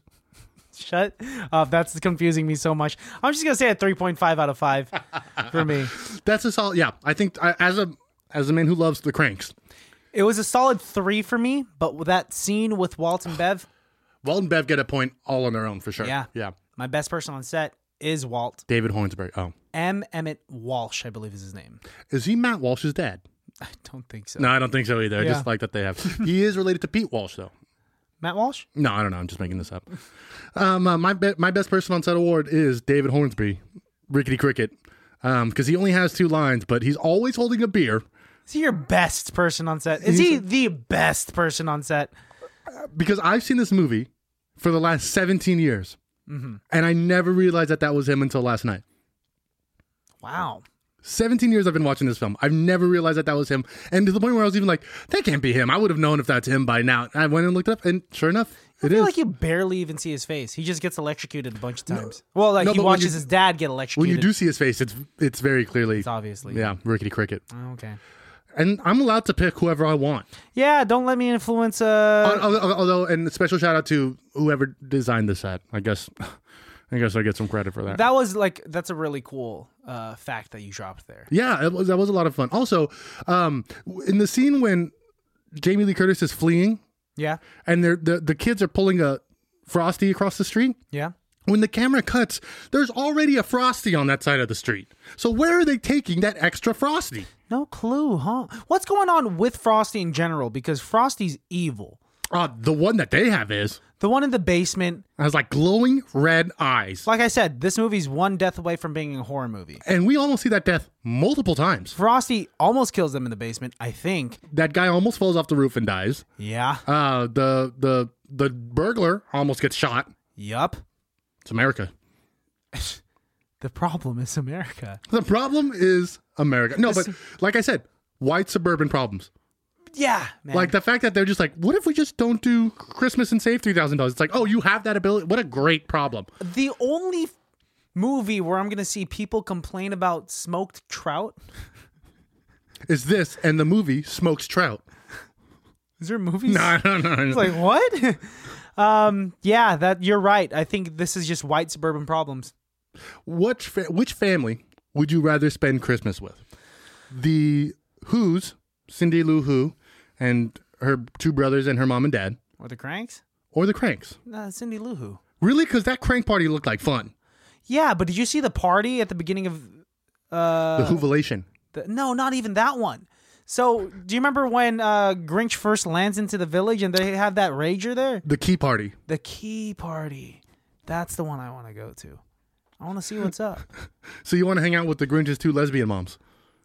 Speaker 1: shut up. That's confusing me so much. I'm just going to say a 3.5 out of 5 for me.
Speaker 2: That's a solid. Yeah, I think I, as a as a man who loves the cranks,
Speaker 1: It was a solid 3 for me, but with that scene with Walt and Bev,
Speaker 2: Walt and Bev get a point all on their own for sure.
Speaker 1: Yeah.
Speaker 2: yeah.
Speaker 1: my best person on set is Walt.
Speaker 2: David Hornsberry. Oh,
Speaker 1: M. Emmett Walsh, I believe is his name.
Speaker 2: is he Matt Walsh's dad?
Speaker 1: I don't think so.
Speaker 2: No, I don't think so either. I
Speaker 1: Yeah.
Speaker 2: just like that they have. he is related to Pete Walsh though.
Speaker 1: Matt Walsh?
Speaker 2: No, I don't know. I'm just making this up. Um, uh, my be- my best person on set award is David Hornsby, Rickety Cricket, because he only has two lines, but he's always holding a beer
Speaker 1: Is he your best person on set? Is he the best person on set?
Speaker 2: because I've seen this movie for the last 17 years,
Speaker 1: Mm-hmm.
Speaker 2: and I never realized that that was him until last night.
Speaker 1: Wow.
Speaker 2: 17 years I've been watching this film. I've never realized that that was him. And to the point where I was even like, that can't be him. I would have known if that's him by now. And I went and looked it up, and sure enough, it
Speaker 1: I feel
Speaker 2: is.
Speaker 1: like you barely even see his face. He just gets electrocuted a bunch of times. well, like
Speaker 2: No,
Speaker 1: he
Speaker 2: but when
Speaker 1: watches
Speaker 2: you-
Speaker 1: his dad get
Speaker 2: when
Speaker 1: electrocuted.
Speaker 2: you do see his face, it's it's very clearly,
Speaker 1: obviously.
Speaker 2: yeah, rickety cricket.
Speaker 1: Oh, Okay.
Speaker 2: And I'm allowed to pick whoever I want.
Speaker 1: Yeah, don't let me influence. Uh,
Speaker 2: Al- al- Although, and a special shout out to whoever designed the set. I guess, [laughs] I guess I get some credit for that.
Speaker 1: that was like that's a really cool uh, fact that you dropped there.
Speaker 2: yeah, it was, that was a lot of fun. Also, um, in the scene when Jamie Lee Curtis is fleeing
Speaker 1: Yeah,
Speaker 2: and they're, the the kids are pulling a frosty across the street.
Speaker 1: yeah.
Speaker 2: When the camera cuts, there's already a frosty on that side of the street. So where are they taking that extra frosty?
Speaker 1: No clue, huh? What's going on with Frosty in general? Because Frosty's evil.
Speaker 2: Uh, the one that they have is
Speaker 1: The one in the basement.
Speaker 2: has like glowing red eyes,
Speaker 1: Like I said, this movie's one death away from being a horror movie.
Speaker 2: and we almost see that death multiple times.
Speaker 1: Frosty almost kills them in the basement, I think.
Speaker 2: That guy almost falls off the roof and dies.
Speaker 1: Yeah.
Speaker 2: Uh, the the the burglar almost gets shot.
Speaker 1: Yup.
Speaker 2: It's America.
Speaker 1: The problem is America.
Speaker 2: The problem is America. No, but like I said, white suburban problems.
Speaker 1: Yeah, man.
Speaker 2: Like the fact that they're just like, what if we just don't do Christmas and save three thousand dollars? It's like, oh, you have that ability. What a great problem.
Speaker 1: the only f- movie where I'm gonna see people complain about smoked trout.
Speaker 2: Is this and the movie
Speaker 1: [laughs]
Speaker 2: Smokes Trout?
Speaker 1: Is there movies?
Speaker 2: I don't know.
Speaker 1: It's [laughs] like what? [laughs] um, yeah, that you're right. I think this is just white suburban problems.
Speaker 2: Which fa- which family would you rather spend Christmas with? The Who's Cindy Lou Who and her two brothers and her mom and dad,
Speaker 1: Or the cranks?
Speaker 2: or the Cranks?
Speaker 1: Nah, Cindy Lou Who.
Speaker 2: Really? Because that crank party looked like fun.
Speaker 1: Yeah, but did you see the party at the beginning of?
Speaker 2: The
Speaker 1: Uh,
Speaker 2: Hoovalation.
Speaker 1: the, no, not even that one. So, do you remember when uh, Grinch first lands into the village and they have that rager there?
Speaker 2: The key party.
Speaker 1: The key party. That's the one I want to go to. I want to see what's
Speaker 2: [laughs]
Speaker 1: up.
Speaker 2: So you want to hang out with the Grinch's two lesbian moms.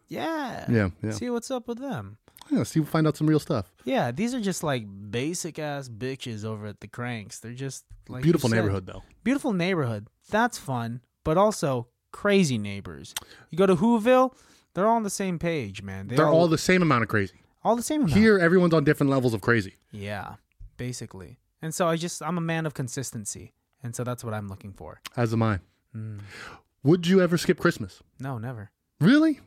Speaker 1: Yeah.
Speaker 2: Yeah, yeah.
Speaker 1: See what's up with them.
Speaker 2: Yeah, so you find out some real stuff.
Speaker 1: Yeah, these are just like basic ass bitches over at the Cranks. They're just like you
Speaker 2: Beautiful
Speaker 1: said,
Speaker 2: neighborhood, though.
Speaker 1: Beautiful neighborhood. That's fun, but also crazy neighbors. You go to Whoville, they're all on the same page, man. They
Speaker 2: They're all the same amount of crazy.
Speaker 1: all the same amount.
Speaker 2: Here, everyone's on different levels of crazy.
Speaker 1: yeah, basically. And so I just I'm a man of consistency, and so that's what I'm looking for.
Speaker 2: As am I.
Speaker 1: Hmm.
Speaker 2: Would you ever skip Christmas?
Speaker 1: No, never.
Speaker 2: Really?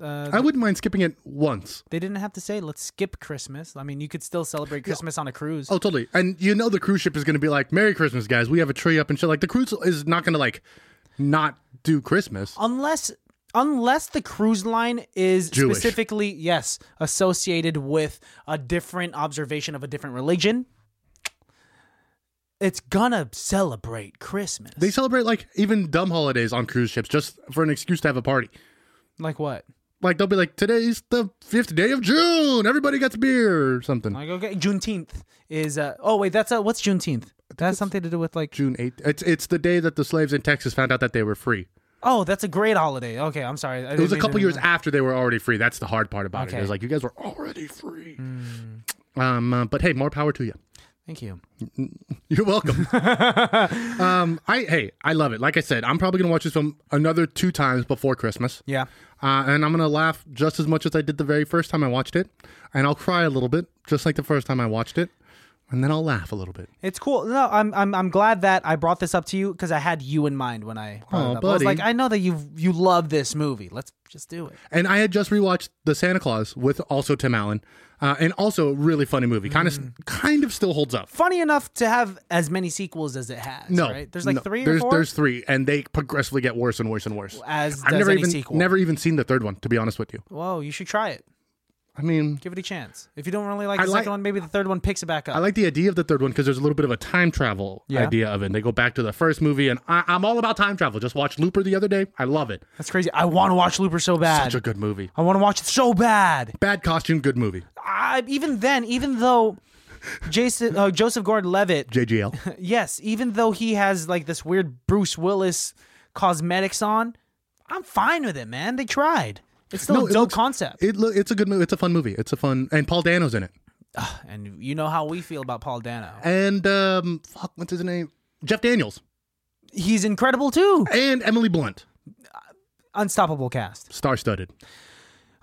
Speaker 1: Uh,
Speaker 2: I wouldn't mind skipping it once.
Speaker 1: they didn't have to say let's skip Christmas. I mean, you could still celebrate Christmas on a cruise.
Speaker 2: Oh, totally. And you know the cruise ship is going to be like, "Merry Christmas, guys. We have a tree up and shit." Like the cruise is not going to like not do Christmas.
Speaker 1: unless unless the cruise line is
Speaker 2: Jewish.
Speaker 1: specifically yes associated with a different observation of a different religion it's gonna celebrate christmas
Speaker 2: They celebrate like even dumb holidays on cruise ships just for an excuse to have a party.
Speaker 1: like what
Speaker 2: Like they'll be like, "Today's the fifth day of June. Everybody gets beer or something."
Speaker 1: like okay juneteenth is uh oh wait that's uh what's juneteenth that has something to do with like
Speaker 2: June eighth. It's it's the day that the slaves in Texas found out that they were free.
Speaker 1: oh that's a great holiday okay i'm sorry
Speaker 2: It was a couple years after they were already free. That's the hard part about it.
Speaker 1: Okay.
Speaker 2: It was like you guys were already free. Um, uh, but hey, more power to you.
Speaker 1: thank you
Speaker 2: You're
Speaker 1: [laughs]
Speaker 2: welcome. um, I hey, I love it. Like I said, I'm probably gonna watch this film another two times before Christmas,
Speaker 1: yeah
Speaker 2: uh, and I'm gonna laugh just as much as I did the very first time I watched it, and I'll cry a little bit, just like the first time I watched it, and then I'll laugh a little bit.
Speaker 1: It's cool. No, I'm I'm I'm glad that I brought this up to you because I had you in mind when I brought
Speaker 2: Aw,
Speaker 1: it up. I was
Speaker 2: buddy.
Speaker 1: like, I know that you you love this movie. Let's just do it.
Speaker 2: And I had just rewatched The Santa Claus with also Tim Allen, uh, and also a really funny movie. Kind of,
Speaker 1: Mm.
Speaker 2: kind of still holds up.
Speaker 1: Funny enough to have as many sequels as it has.
Speaker 2: No,
Speaker 1: right? There's like
Speaker 2: no.
Speaker 1: three or
Speaker 2: there's,
Speaker 1: four.
Speaker 2: There's three, and they progressively get worse and worse and worse.
Speaker 1: as
Speaker 2: I've
Speaker 1: does
Speaker 2: never
Speaker 1: any
Speaker 2: even
Speaker 1: sequel.
Speaker 2: never even seen the third one, to be honest with you.
Speaker 1: Whoa, you should try it.
Speaker 2: I mean,
Speaker 1: Give it a chance. If you don't really like the
Speaker 2: like-
Speaker 1: second one, maybe the third one picks it back up.
Speaker 2: I like the idea of the third one because there's a little bit of a time travel
Speaker 1: Yeah.
Speaker 2: idea of it. They go back to the first movie, and I, I'm all about time travel. Just watched Looper the other day. I love it.
Speaker 1: That's crazy. I want to watch Looper so bad.
Speaker 2: Such a good movie.
Speaker 1: I want to watch it so bad.
Speaker 2: Bad costume, good movie.
Speaker 1: I, even then, even though Jason uh, Joseph Gordon-Levitt [laughs]
Speaker 2: JGL.
Speaker 1: Yes, even though he has like this weird Bruce Willis cosmetics on, I'm fine with it, man. They tried. It's still
Speaker 2: No,
Speaker 1: a
Speaker 2: it
Speaker 1: dope
Speaker 2: looks-
Speaker 1: concept.
Speaker 2: it lo- it's a good movie. It's a fun movie. It's a fun and Paul Dano's in it.
Speaker 1: and you know how we feel about Paul Dano.
Speaker 2: And um, fuck, what's his name? Jeff Daniels
Speaker 1: He's incredible too.
Speaker 2: and Emily Blunt,
Speaker 1: Unstoppable cast.
Speaker 2: star-studded.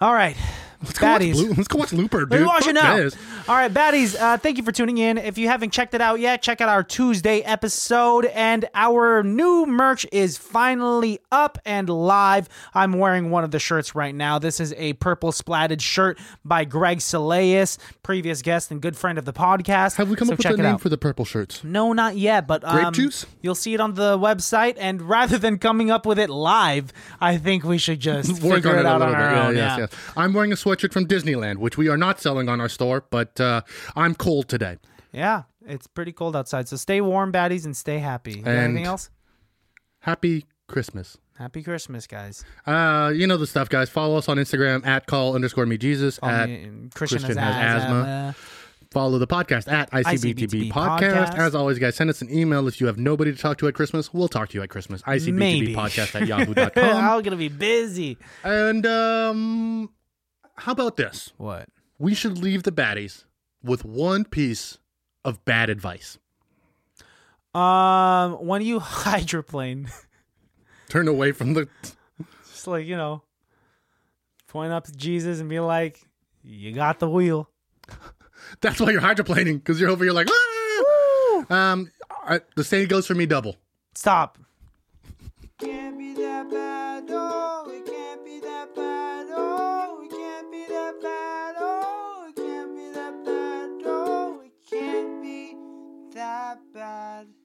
Speaker 1: All right.
Speaker 2: Let's go watch
Speaker 1: Baddies.
Speaker 2: Blue- Let's go watch Looper, dude.
Speaker 1: Let me watch it
Speaker 2: Fuck
Speaker 1: now.
Speaker 2: this.
Speaker 1: All right, baddies. Uh, thank you for tuning in. If you haven't checked it out yet, check out our Tuesday episode. And our new merch is finally up and live. I'm wearing one of the shirts right now. This is a purple splatted shirt by Greg Saleas, previous guest and good friend of the podcast.
Speaker 2: Have we come
Speaker 1: so
Speaker 2: up with
Speaker 1: check
Speaker 2: a
Speaker 1: it
Speaker 2: name
Speaker 1: out.
Speaker 2: for the purple shirts?
Speaker 1: No, not yet, but um,
Speaker 2: juice?
Speaker 1: You'll see it on the website, and [laughs] rather than coming up with it live, I think we should
Speaker 2: [laughs]
Speaker 1: just figure it,
Speaker 2: a
Speaker 1: out on
Speaker 2: little
Speaker 1: our
Speaker 2: bit. Yeah,
Speaker 1: own.
Speaker 2: yes,
Speaker 1: yeah.
Speaker 2: yes. I'm wearing a sweatshirt from Disneyland, which we are not selling on our store, but uh, I'm cold today.
Speaker 1: Yeah, it's pretty cold outside. So stay warm, baddies, and stay happy. You got
Speaker 2: And-
Speaker 1: anything else?
Speaker 2: Happy Christmas.
Speaker 1: Happy Christmas, guys.
Speaker 2: Uh, you know the stuff, guys. Follow us on Instagram at call underscore me Jesus.
Speaker 1: Follow
Speaker 2: At,
Speaker 1: me in- Christian,
Speaker 2: Christian
Speaker 1: has,
Speaker 2: has
Speaker 1: asthma. [laughs]
Speaker 2: asthma. follow the podcast at ICBTB
Speaker 1: ICBTB
Speaker 2: podcast.
Speaker 1: podcast.
Speaker 2: As always, guys, send us an email if you have nobody to talk to at Christmas. We'll talk to you at Christmas.
Speaker 1: Maybe.
Speaker 2: ICBTB podcast
Speaker 1: [laughs]
Speaker 2: at yahoo.com.
Speaker 1: I'm gonna be busy.
Speaker 2: and um, how about this?
Speaker 1: What?
Speaker 2: We should leave the baddies with one piece of bad advice.
Speaker 1: Um, when you [laughs] hydroplane, [laughs]
Speaker 2: Turn away from the [laughs]
Speaker 1: just like you know, point up to Jesus and be like, "You got the wheel."
Speaker 2: That's why you're hydroplaning because you're over here like. "Ah!" Um, I, the same goes for me. Double.
Speaker 1: Stop.
Speaker 3: can't be that bad, oh, it can't be that bad, oh, it can't be that bad, oh, it can't be that bad, oh, it can't be that bad.